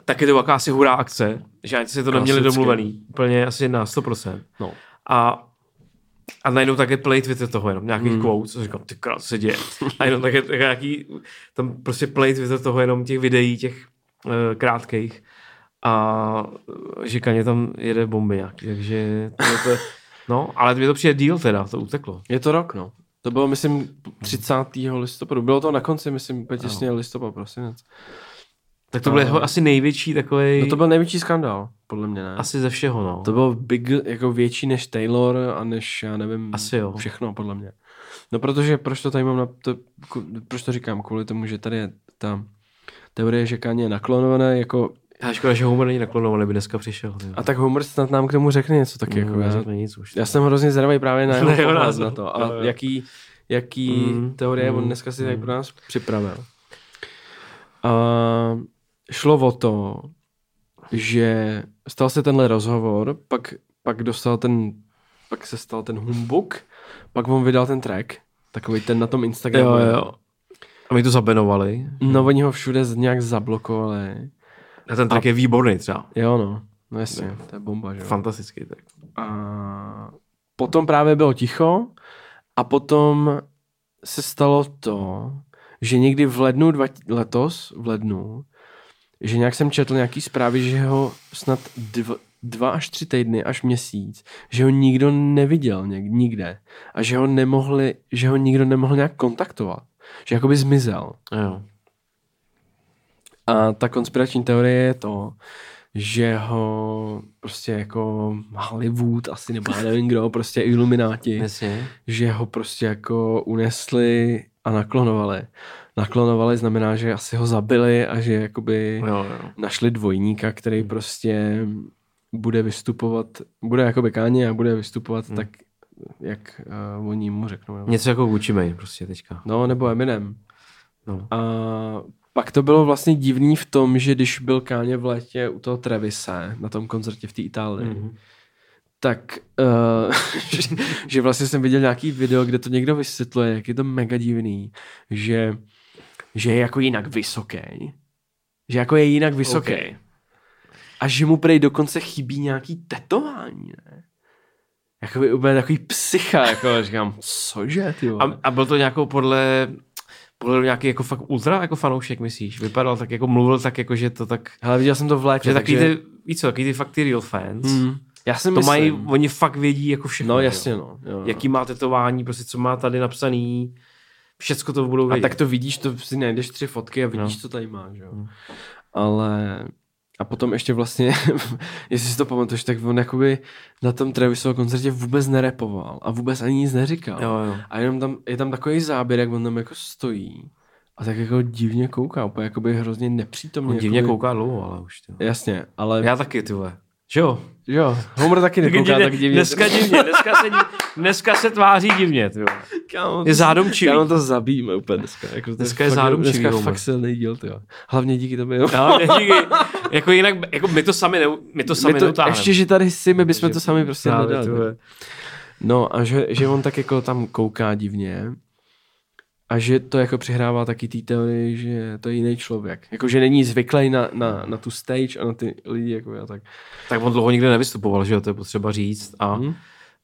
Speaker 2: taky to jakási hurá akce, že ani si to neměli
Speaker 1: Klasicky.
Speaker 2: domluvený. Úplně asi na 100%.
Speaker 1: No.
Speaker 2: A A najednou také play Twitter toho jenom, nějaký
Speaker 1: Hmm.
Speaker 2: mm. quotes, a říkám, ty krát se děje. A jenom také také nějaký, tam prostě play Twitter toho jenom těch videí, těch uh, krátkých. A eh, že Kaně tam jede bomby nějak, takže to, je to je, no, ale mi to přijde díl teda, to uteklo.
Speaker 1: Je to rok, no. To bylo, myslím, 30. listopadu. Bylo to na konci, myslím, úplně těsně listopad, prosinec.
Speaker 2: Tak to byl jeho asi největší takový.
Speaker 1: No to byl největší skandál, podle mě, ne?
Speaker 2: asi ze všeho, no.
Speaker 1: To byl big, jako větší než Taylor a než, já nevím,
Speaker 2: Asi jo.
Speaker 1: všechno, podle mě. No protože, proč to tady mám, na, to, ku- proč to říkám, kvůli tomu, že tady je ta teorie, že Kanye je naklonované, jako,
Speaker 2: A škoda, že Homer není naklonovaný, by dneska přišel. ty.
Speaker 1: a tak Homer snad nám k tomu řekne něco taky,
Speaker 2: No,
Speaker 1: jako, já,
Speaker 2: neřekne nic už.
Speaker 1: já jsem hrozně zvědavý právě na jeho,
Speaker 2: Na jeho
Speaker 1: pohled
Speaker 2: názor.
Speaker 1: na to, a
Speaker 2: Jo, jo.
Speaker 1: jaký, jaký
Speaker 2: Mm,
Speaker 1: teorie on
Speaker 2: mm,
Speaker 1: dneska si tady pro nás připravil. A šlo o to, že stal se tenhle rozhovor, pak, pak dostal ten, pak se stal ten humbuk, pak on vydal ten track, takový ten na tom Instagramu.
Speaker 2: Jo, jo. jako- A my to zabenovali.
Speaker 1: No oni ho všude z- nějak zablokovali.
Speaker 2: A ten track je výborný třeba.
Speaker 1: Jo no, no jasně, to je bomba, že jo.
Speaker 2: Fantastický tak.
Speaker 1: A potom právě bylo ticho a potom se stalo to, že někdy v lednu, dva, letos v lednu, že nějak jsem četl nějaký zprávy, že ho snad dva, dva až tři týdny, až měsíc, že ho nikdo neviděl něk, nikde a že ho, nemohli, že ho nikdo nemohl nějak kontaktovat, že jakoby zmizel.
Speaker 2: Jo.
Speaker 1: A ta konspirační teorie je to, že ho prostě jako Hollywood asi nebo já nevím kdo, prostě ilumináti,
Speaker 2: Jasně.
Speaker 1: že ho prostě jako unesli a naklonovali. Naklonovali znamená, že asi ho zabili a že jakoby
Speaker 2: Jo, Hmm. jo.
Speaker 1: našli dvojníka, který prostě bude vystupovat, bude jako Káně a bude vystupovat tak, jak uh, oni mu řeknou. nebo-
Speaker 2: Hmm. Něco jako Gucci Mane prostě teďka.
Speaker 1: No, nebo Eminem.
Speaker 2: No.
Speaker 1: A pak to bylo vlastně divný v tom, že když byl Káně v létě u toho Trevise na tom koncertě v té Itálii,
Speaker 2: Mhm.
Speaker 1: mm-hmm. tak uh, že, že vlastně jsem viděl nějaký video, kde to někdo vysvětluje, jak je to mega divný, že, že je jako jinak vysoký. Že jako je jinak vysoký. Okay.
Speaker 2: OK.
Speaker 1: A že mu prej dokonce chybí nějaký tetování, ne? Jakoby úplně takový psycha, jako říkám, cože, ty vole?
Speaker 2: A, a byl to nějakou podle podle nějaký jako fakt ultra jako fanoušek, myslíš? Vypadal tak jako, mluvil tak jako, že to tak,
Speaker 1: Ale viděl jsem to v létě,
Speaker 2: že takový ty, víš co, takový ty fakt ty real fans,
Speaker 1: Mm. Já si
Speaker 2: Hmm. to
Speaker 1: myslím.
Speaker 2: mají, oni fakt vědí jako všechno.
Speaker 1: No
Speaker 2: že jo?
Speaker 1: jasně, no. Jo, jo.
Speaker 2: Jaký má tetování, prostě co má tady napsaný, všecko to budou
Speaker 1: A
Speaker 2: vědět.
Speaker 1: tak to vidíš, to si najdeš tři fotky a vidíš,
Speaker 2: No.
Speaker 1: co tady máš, jo. Ale... A potom ještě vlastně, jestli si to pamatuješ, tak on jakoby na tom Travisově koncertě vůbec nerepoval a vůbec ani nic neříkal.
Speaker 2: Jo, jo.
Speaker 1: A jenom tam, je tam takový záběr, jak on tam jako stojí a tak jako divně kouká, úplně jakoby hrozně nepřítomně.
Speaker 2: On divně
Speaker 1: jakoby-
Speaker 2: kouká dlouho, ale už. Ty.
Speaker 1: Jasně, ale
Speaker 2: Já taky, ty vole. Že jo?
Speaker 1: jo, Homer taky nekouká tak divně.
Speaker 2: Dneska divně, dneska se, div- dneska se tváří divně, ty vole.
Speaker 1: Kámo,
Speaker 2: Je
Speaker 1: to-
Speaker 2: zádomčivý.
Speaker 1: Kámo, to zabijíme úplně dneska. Jako to
Speaker 2: Dneska je
Speaker 1: fakt-
Speaker 2: zádomčivý
Speaker 1: Dneska
Speaker 2: humor.
Speaker 1: fakt silný díl, ty jo. Hlavně díky tobě. Jo.
Speaker 2: No, díky. jako jinak, jako my to sami, ne, my to sami
Speaker 1: My to,
Speaker 2: neutáhneme.
Speaker 1: ještě, že tady si, my bychom
Speaker 2: Takže
Speaker 1: to sami prostě
Speaker 2: právě,
Speaker 1: nedali.
Speaker 2: ty vole.
Speaker 1: No a že, že on tak jako tam kouká divně a že to jako přihrává taky té teorii, že to je jiný člověk. Jako, že není zvyklý na, na, na tu stage a na ty lidi jako já tak.
Speaker 2: Tak on dlouho nikde nevystupoval, že jo, to je potřeba říct. A hmm.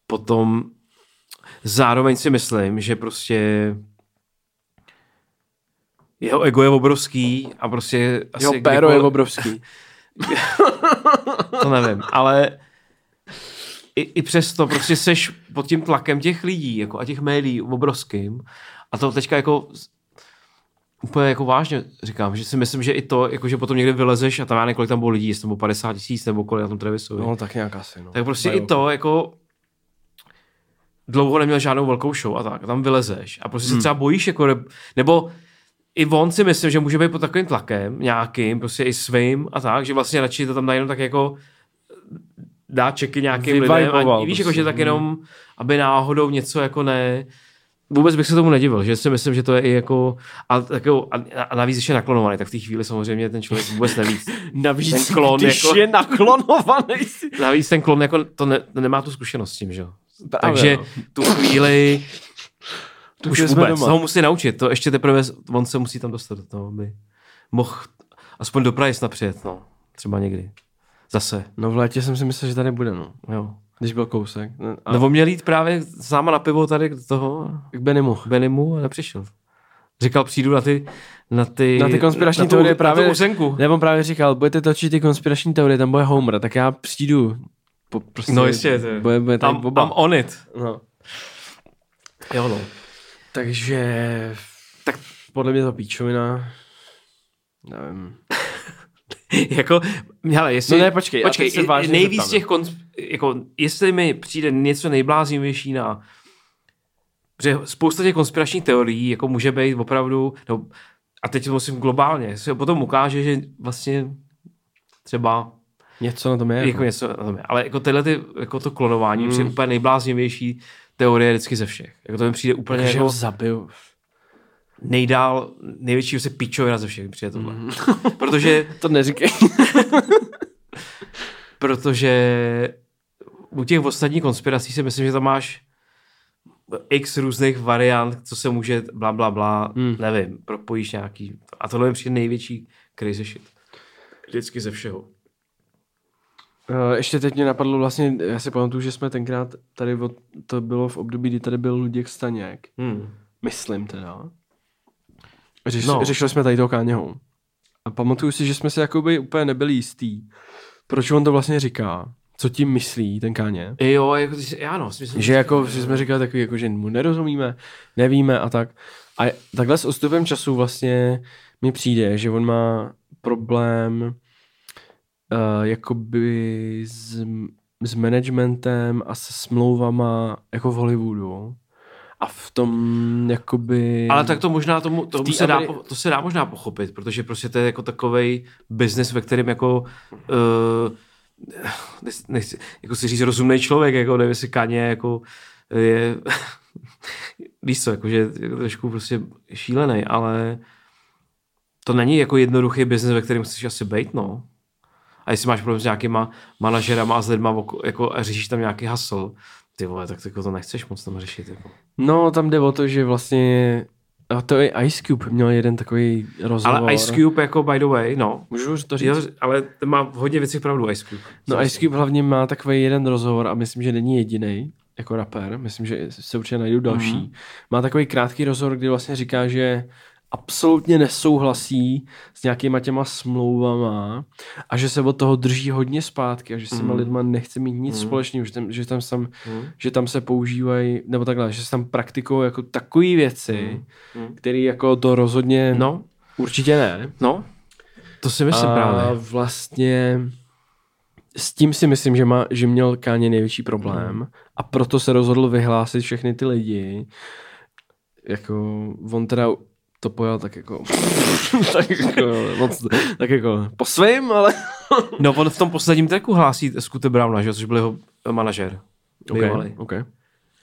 Speaker 2: potom zároveň si myslím, že prostě jeho ego je obrovský a prostě asi
Speaker 1: Jeho péro je
Speaker 2: kdykoliv-
Speaker 1: obrovský.
Speaker 2: to nevím, ale i, i přesto prostě seš pod tím tlakem těch lidí jako a těch médií obrovským a to teďka jako z- úplně jako vážně říkám, že si myslím, že i to, jako že potom někde vylezeš a tam já nevím, kolik tam bylo lidí, jestli tam bylo 50 tisíc nebo kolik na tom Trevisovi.
Speaker 1: No tak nějak asi, no.
Speaker 2: Tak prostě i to, jako dlouho neměl žádnou velkou show a tak, a tam vylezeš a prostě hmm. se třeba bojíš, jako, rep- nebo i on si myslím, že může být pod takovým tlakem nějakým, prostě i svým a tak, že vlastně radši to tam najednou tak jako dá čeky nějakým lidem a
Speaker 1: Vyviboval
Speaker 2: víš, jako,
Speaker 1: prostě.
Speaker 2: že tak jenom, aby náhodou něco jako ne, vůbec bych se tomu nedivil, že si myslím, že to je i jako, a, tak jo, a, a navíc ještě naklonovaný, tak v té chvíli samozřejmě ten člověk vůbec neví.
Speaker 1: Navíc,
Speaker 2: Ten klon
Speaker 1: když
Speaker 2: jako-
Speaker 1: je naklonovaný si.
Speaker 2: Navíc ten klon jako to, ne, to nemá tu zkušenost s tím, že jo.
Speaker 1: Právě,
Speaker 2: Takže
Speaker 1: no.
Speaker 2: tu chvíli
Speaker 1: Tu
Speaker 2: už
Speaker 1: chvíli jsme
Speaker 2: vůbec,
Speaker 1: doma.
Speaker 2: toho musí naučit, to ještě teprve, on se musí tam dostat do toho, aby mohl aspoň do Prahy snad přijet, no. Třeba někdy. Zase,
Speaker 1: No v létě jsem si myslel, že tady bude, no.
Speaker 2: jo.
Speaker 1: Když byl kousek. Ne, A
Speaker 2: Nebo měl jít právě s náma na pivo tady do toho
Speaker 1: k Benimu.
Speaker 2: Benimu a nepřišel. Říkal, přijdu na ty... Na ty,
Speaker 1: Na ty konspirační
Speaker 2: na tu-
Speaker 1: teorie
Speaker 2: Na
Speaker 1: právě...
Speaker 2: tu ozenku.
Speaker 1: Ne, on právě říkal, budete točit ty konspirační teorie, tam bude Homer, tak já přijdu. Po, prostě,
Speaker 2: No jistě, to je-
Speaker 1: bude, bude tam,
Speaker 2: I'm,
Speaker 1: oba.
Speaker 2: I'm on it.
Speaker 1: no.
Speaker 2: Jo, no.
Speaker 1: Takže... Tak podle mě ta píčovina... Nevím.
Speaker 2: jako, hele, jestli...
Speaker 1: No ne, počkej, já
Speaker 2: počkej
Speaker 1: teď se vážně
Speaker 2: nejvíc
Speaker 1: zeptám.
Speaker 2: těch konsp... Jako, jestli mi přijde něco nejblázivější na... Že spousta těch konspiračních teorií jako může být opravdu... No, a teď to musím globálně. Se potom ukáže, že vlastně třeba
Speaker 1: Něco na tom je.
Speaker 2: jako něco, na tom je. ale jako tyhle ty, jako to klonování mm.
Speaker 1: Hmm.
Speaker 2: přijde úplně nejbláznivější teorie vždycky ze všech. Jako to mi přijde úplně
Speaker 1: že
Speaker 2: jako
Speaker 1: ho zabiju.
Speaker 2: nejdál, největší se pičovina ze všech mi přijde tohle.
Speaker 1: Mhm.
Speaker 2: protože
Speaker 1: To neříkej.
Speaker 2: protože u těch ostatních konspirací si myslím, že tam máš x různých variant, co se může bla bla bla, hmm. nevím, propojíš nějaký. A tohle je přijde největší crazy shit. Vždycky ze všeho.
Speaker 1: Eh, Ještě teď mě napadlo vlastně, já si pamatuju, že jsme tenkrát tady, od, to bylo v období, kdy tady byl Luděk Staněk.
Speaker 2: Hmm.
Speaker 1: Myslím teda. Řeš,
Speaker 2: No.
Speaker 1: no. Řešili jsme tady toho Káněho. A pamatuju si, že jsme se jakoby úplně nebyli jistý, proč on to vlastně říká, co tím myslí ten Káně.
Speaker 2: Jo, jako, ty si- já no, si myslím,
Speaker 1: Že jako že jsme říkali takový, jako, že mu nerozumíme, nevíme a tak. A takhle s odstupem času vlastně mi přijde, že on má problém uh, jakoby s, s managementem a se smlouvama jako v Hollywoodu. A v tom jakoby...
Speaker 2: Ale tak to možná tomu, tomu
Speaker 1: té
Speaker 2: se dá,
Speaker 1: Ameri-
Speaker 2: po- to se dá možná pochopit, protože prostě to je jako takový biznis, ve kterém jako uh, nechci- nechci, jako si říct rozumný člověk, jako nevím, jestli Kaně jako je, víš co, jako, že je trošku prostě šílený, ale to není jako jednoduchý biznis, ve kterém chceš asi být, no. A jestli máš problém s nějakýma manažerama a s lidma oko- jako, a řešíš tam nějaký hasl, ty vole, tak to, jako to nechceš moc tam řešit. Jako.
Speaker 1: No, tam jde o to, že vlastně... A to i Ice Cube měl jeden takový rozhovor.
Speaker 2: Ale Ice Cube jako by the way, no,
Speaker 1: Můžu to říct?
Speaker 2: Jo, ale to má v hodně věcí pravdu Ice Cube.
Speaker 1: no, Ice Cube hlavně má takový jeden rozhovor a myslím, že není jediný jako rapper. Myslím, že se určitě najdou další. Mm. Má takový krátký rozhovor, kdy vlastně říká, že absolutně nesouhlasí s nějakýma těma smlouvama a že se od toho drží hodně zpátky a že s těma mm. lidma nechce mít nic mm. společného, že tam, že tam, sam, mm. že tam se používají, nebo takhle, že se tam praktikují jako takové věci, mm. které jako to rozhodně
Speaker 2: No,
Speaker 1: určitě ne.
Speaker 2: no. To si myslím
Speaker 1: A
Speaker 2: právě.
Speaker 1: vlastně s tím si myslím, že, má, že měl Káně největší problém
Speaker 2: Hmm.
Speaker 1: a proto se rozhodl vyhlásit všechny ty lidi. Jako, on teda to pojal tak jako, tak jako, moc, tak jako po svým, ale
Speaker 2: No, on v tom posledním tracku hlásí Scooter Browna, že jo, což byl jeho manažer.
Speaker 1: okay,
Speaker 2: Okay.
Speaker 1: okay.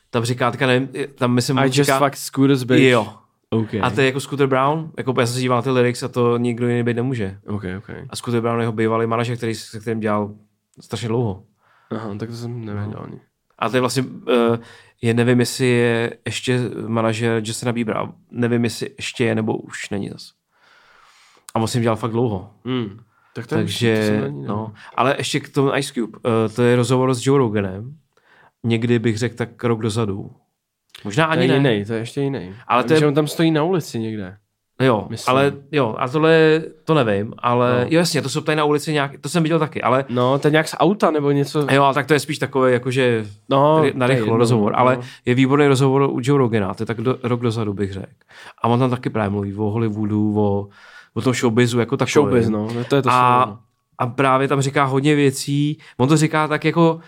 Speaker 2: Tam říká, teďka nevím, tam myslím,
Speaker 1: I
Speaker 2: on
Speaker 1: just
Speaker 2: říká,
Speaker 1: fucked Scooter's bitch.
Speaker 2: jo.
Speaker 1: Okay.
Speaker 2: A to je jako Scooter Brown, jako já jsem se díval na ty lyrics a to nikdo jiný být nemůže.
Speaker 1: okay, okay.
Speaker 2: A Scooter Brown je jeho bývalý manažer, který, se kterým dělal strašně dlouho.
Speaker 1: Aha, tak to jsem
Speaker 2: No.
Speaker 1: nevěděl ani.
Speaker 2: A to je vlastně, eh, je, nevím, jestli je ještě manažer Justina Biebera, nevím, jestli ještě je, nebo už není zas. A on s ním dělal fakt dlouho.
Speaker 1: Mm. Tak to, to
Speaker 2: Takže,
Speaker 1: jsem ani nevěděl.
Speaker 2: no. Ale ještě k tomu Ice Cube. Uh, to je rozhovor s Joe Roganem. Někdy bych řekl tak rok dozadu. Možná
Speaker 1: To je
Speaker 2: ani ne.
Speaker 1: jiný, to je ještě jiný.
Speaker 2: Ale to
Speaker 1: Vím,
Speaker 2: je-
Speaker 1: že on tam stojí na ulici někde.
Speaker 2: Jo,
Speaker 1: Myslím.
Speaker 2: ale jo, a tohle, je- to nevím, ale
Speaker 1: No.
Speaker 2: no. jo, jasně, to jsou tady na ulici nějak, to jsem viděl taky, ale
Speaker 1: No, to je nějak z auta nebo něco.
Speaker 2: jo, ale tak to je spíš takové, jakože
Speaker 1: No,
Speaker 2: Ry- na
Speaker 1: to je
Speaker 2: rychlo
Speaker 1: jedno,
Speaker 2: rozhovor,
Speaker 1: no.
Speaker 2: ale je výborný rozhovor u Joe Rogana, to je tak do, rok dozadu bych řekl. A on tam taky právě mluví o Hollywoodu, o, o tom showbizu jako takovém.
Speaker 1: Showbiz, no, no, to je to
Speaker 2: a,
Speaker 1: slovo.
Speaker 2: a právě tam říká hodně věcí, on to říká tak jako,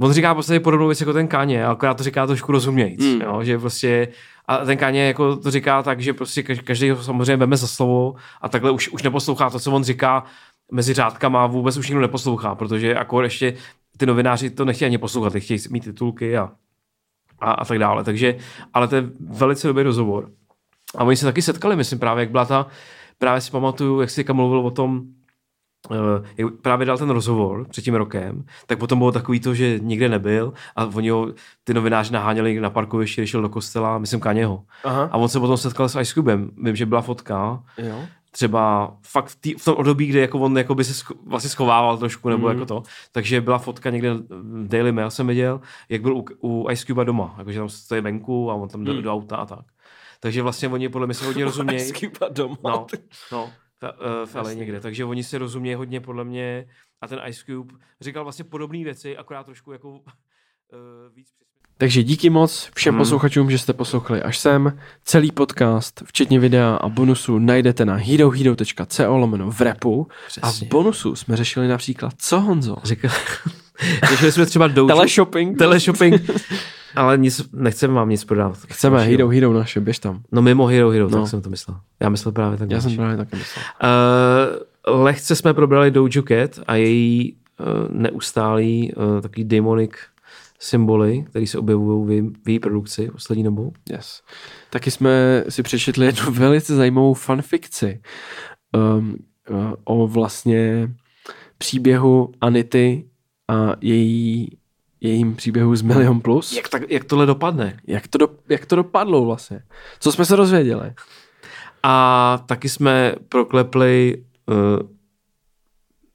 Speaker 2: on říká v podstatě podobnou věc jako ten Kaně, akorát to říká trošku rozumějíc,
Speaker 1: Hmm.
Speaker 2: mm. jo, že prostě, a ten Kaně jako to říká tak, že prostě kaž- každý ho samozřejmě veme za slovo a takhle už, už neposlouchá to, co on říká mezi řádkama, vůbec už nikdo neposlouchá, protože jako ještě ty novináři to nechtějí ani poslouchat, ty chtějí mít titulky a, a, a tak dále, takže, ale to je velice dobrý rozhovor. A oni se taky setkali, myslím, právě jak byla ta, právě si pamatuju, jak jsi teďka mluvil o tom, eh, jak právě dal ten rozhovor před tím rokem, tak potom bylo takový to, že nikde nebyl a oni ho, ty novináři naháněli někde na parkovišti, když šel do kostela, myslím Kaněho.
Speaker 1: Aha.
Speaker 2: A on se potom setkal s Ice Cubem. Vím, že byla fotka,
Speaker 1: Jo.
Speaker 2: třeba fakt v, tý, v tom období, kde jako on jako by se scho- vlastně schovával trošku,
Speaker 1: Mhm.
Speaker 2: nebo mm. jako to. Takže byla fotka někde v Daily Mail jsem viděl, jak byl u, u Ice Cube doma, jakože tam stojí venku a on tam jde
Speaker 1: Mhm.
Speaker 2: do auta a tak. Takže vlastně oni podle mě se hodně rozumějí.
Speaker 1: Skypa doma.
Speaker 2: No, no v, eh, v LA někde. Takže oni si rozumějí hodně podle mě a ten Ice Cube říkal vlastně podobné věci, akorát trošku jako uh, víc přesně.
Speaker 1: Takže díky moc všem hmm. posluchačům, že jste poslouchali až sem. Celý podcast, včetně videa a bonusu, najdete na herohero.co lomeno v repu. A v
Speaker 2: Přesně.
Speaker 1: bonusu jsme řešili například, co Honzo?
Speaker 2: Říkal, řešili jsme třeba Doge,
Speaker 1: Teleshopping.
Speaker 2: teleshopping, ale nic, nechceme vám nic prodávat.
Speaker 1: Chceme Hero Hero naše, běž tam.
Speaker 2: No mimo Hero Hero, no.
Speaker 1: No.
Speaker 2: tak jsem to myslel. Já myslel právě tak.
Speaker 1: Já jsem právě taky myslel.
Speaker 2: Uh, lehce jsme probrali Dojo Cat a její uh, neustálý uh, takový demonic symboly, které se objevují v, její- v její produkci poslední dobou.
Speaker 1: Yes. Taky jsme si přečetli jednu velice zajímavou fanfikci um, uh, o vlastně příběhu Anity a její, jejím příběhu z Milion Plus.
Speaker 2: Jak, tak, jak tohle dopadne?
Speaker 1: Jak to, do, jak to dopadlo vlastně? Co jsme se dozvěděli?
Speaker 2: A taky jsme proklepli uh,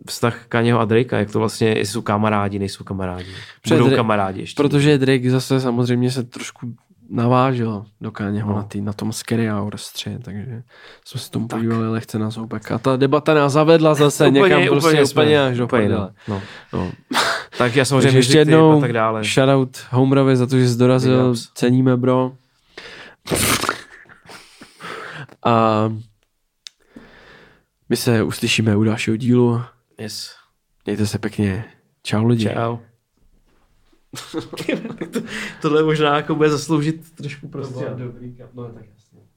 Speaker 2: vztah Kaněho a Drakea, jak to vlastně, jestli jsou kamarádi, nejsou kamarádi.
Speaker 1: Před-
Speaker 2: Budou kamarádi ještě.
Speaker 1: Protože Drake zase samozřejmě se trošku navážel do Kanyeho
Speaker 2: No.
Speaker 1: no. na, tý, na tom Scary Hour stře, takže jsme se tomu podívali lehce na zoubek. A ta debata nás zavedla zase úplně, někam prostě úplně, úplně až do
Speaker 2: úplně,
Speaker 1: prdele.
Speaker 2: no. no.
Speaker 1: No.
Speaker 2: Tak já samozřejmě
Speaker 1: Takže ještě
Speaker 2: Music Tape
Speaker 1: jednou
Speaker 2: a tak dále.
Speaker 1: shoutout Homerovi za to, že jsi
Speaker 2: Big
Speaker 1: dorazil,
Speaker 2: ups.
Speaker 1: ceníme bro. A my se uslyšíme u dalšího dílu.
Speaker 2: Yes.
Speaker 1: Mějte se pěkně. Čau lidi.
Speaker 2: Čau. Tohle možná jako bude zasloužit trošku prostě.
Speaker 1: dobrý, no tak jasně.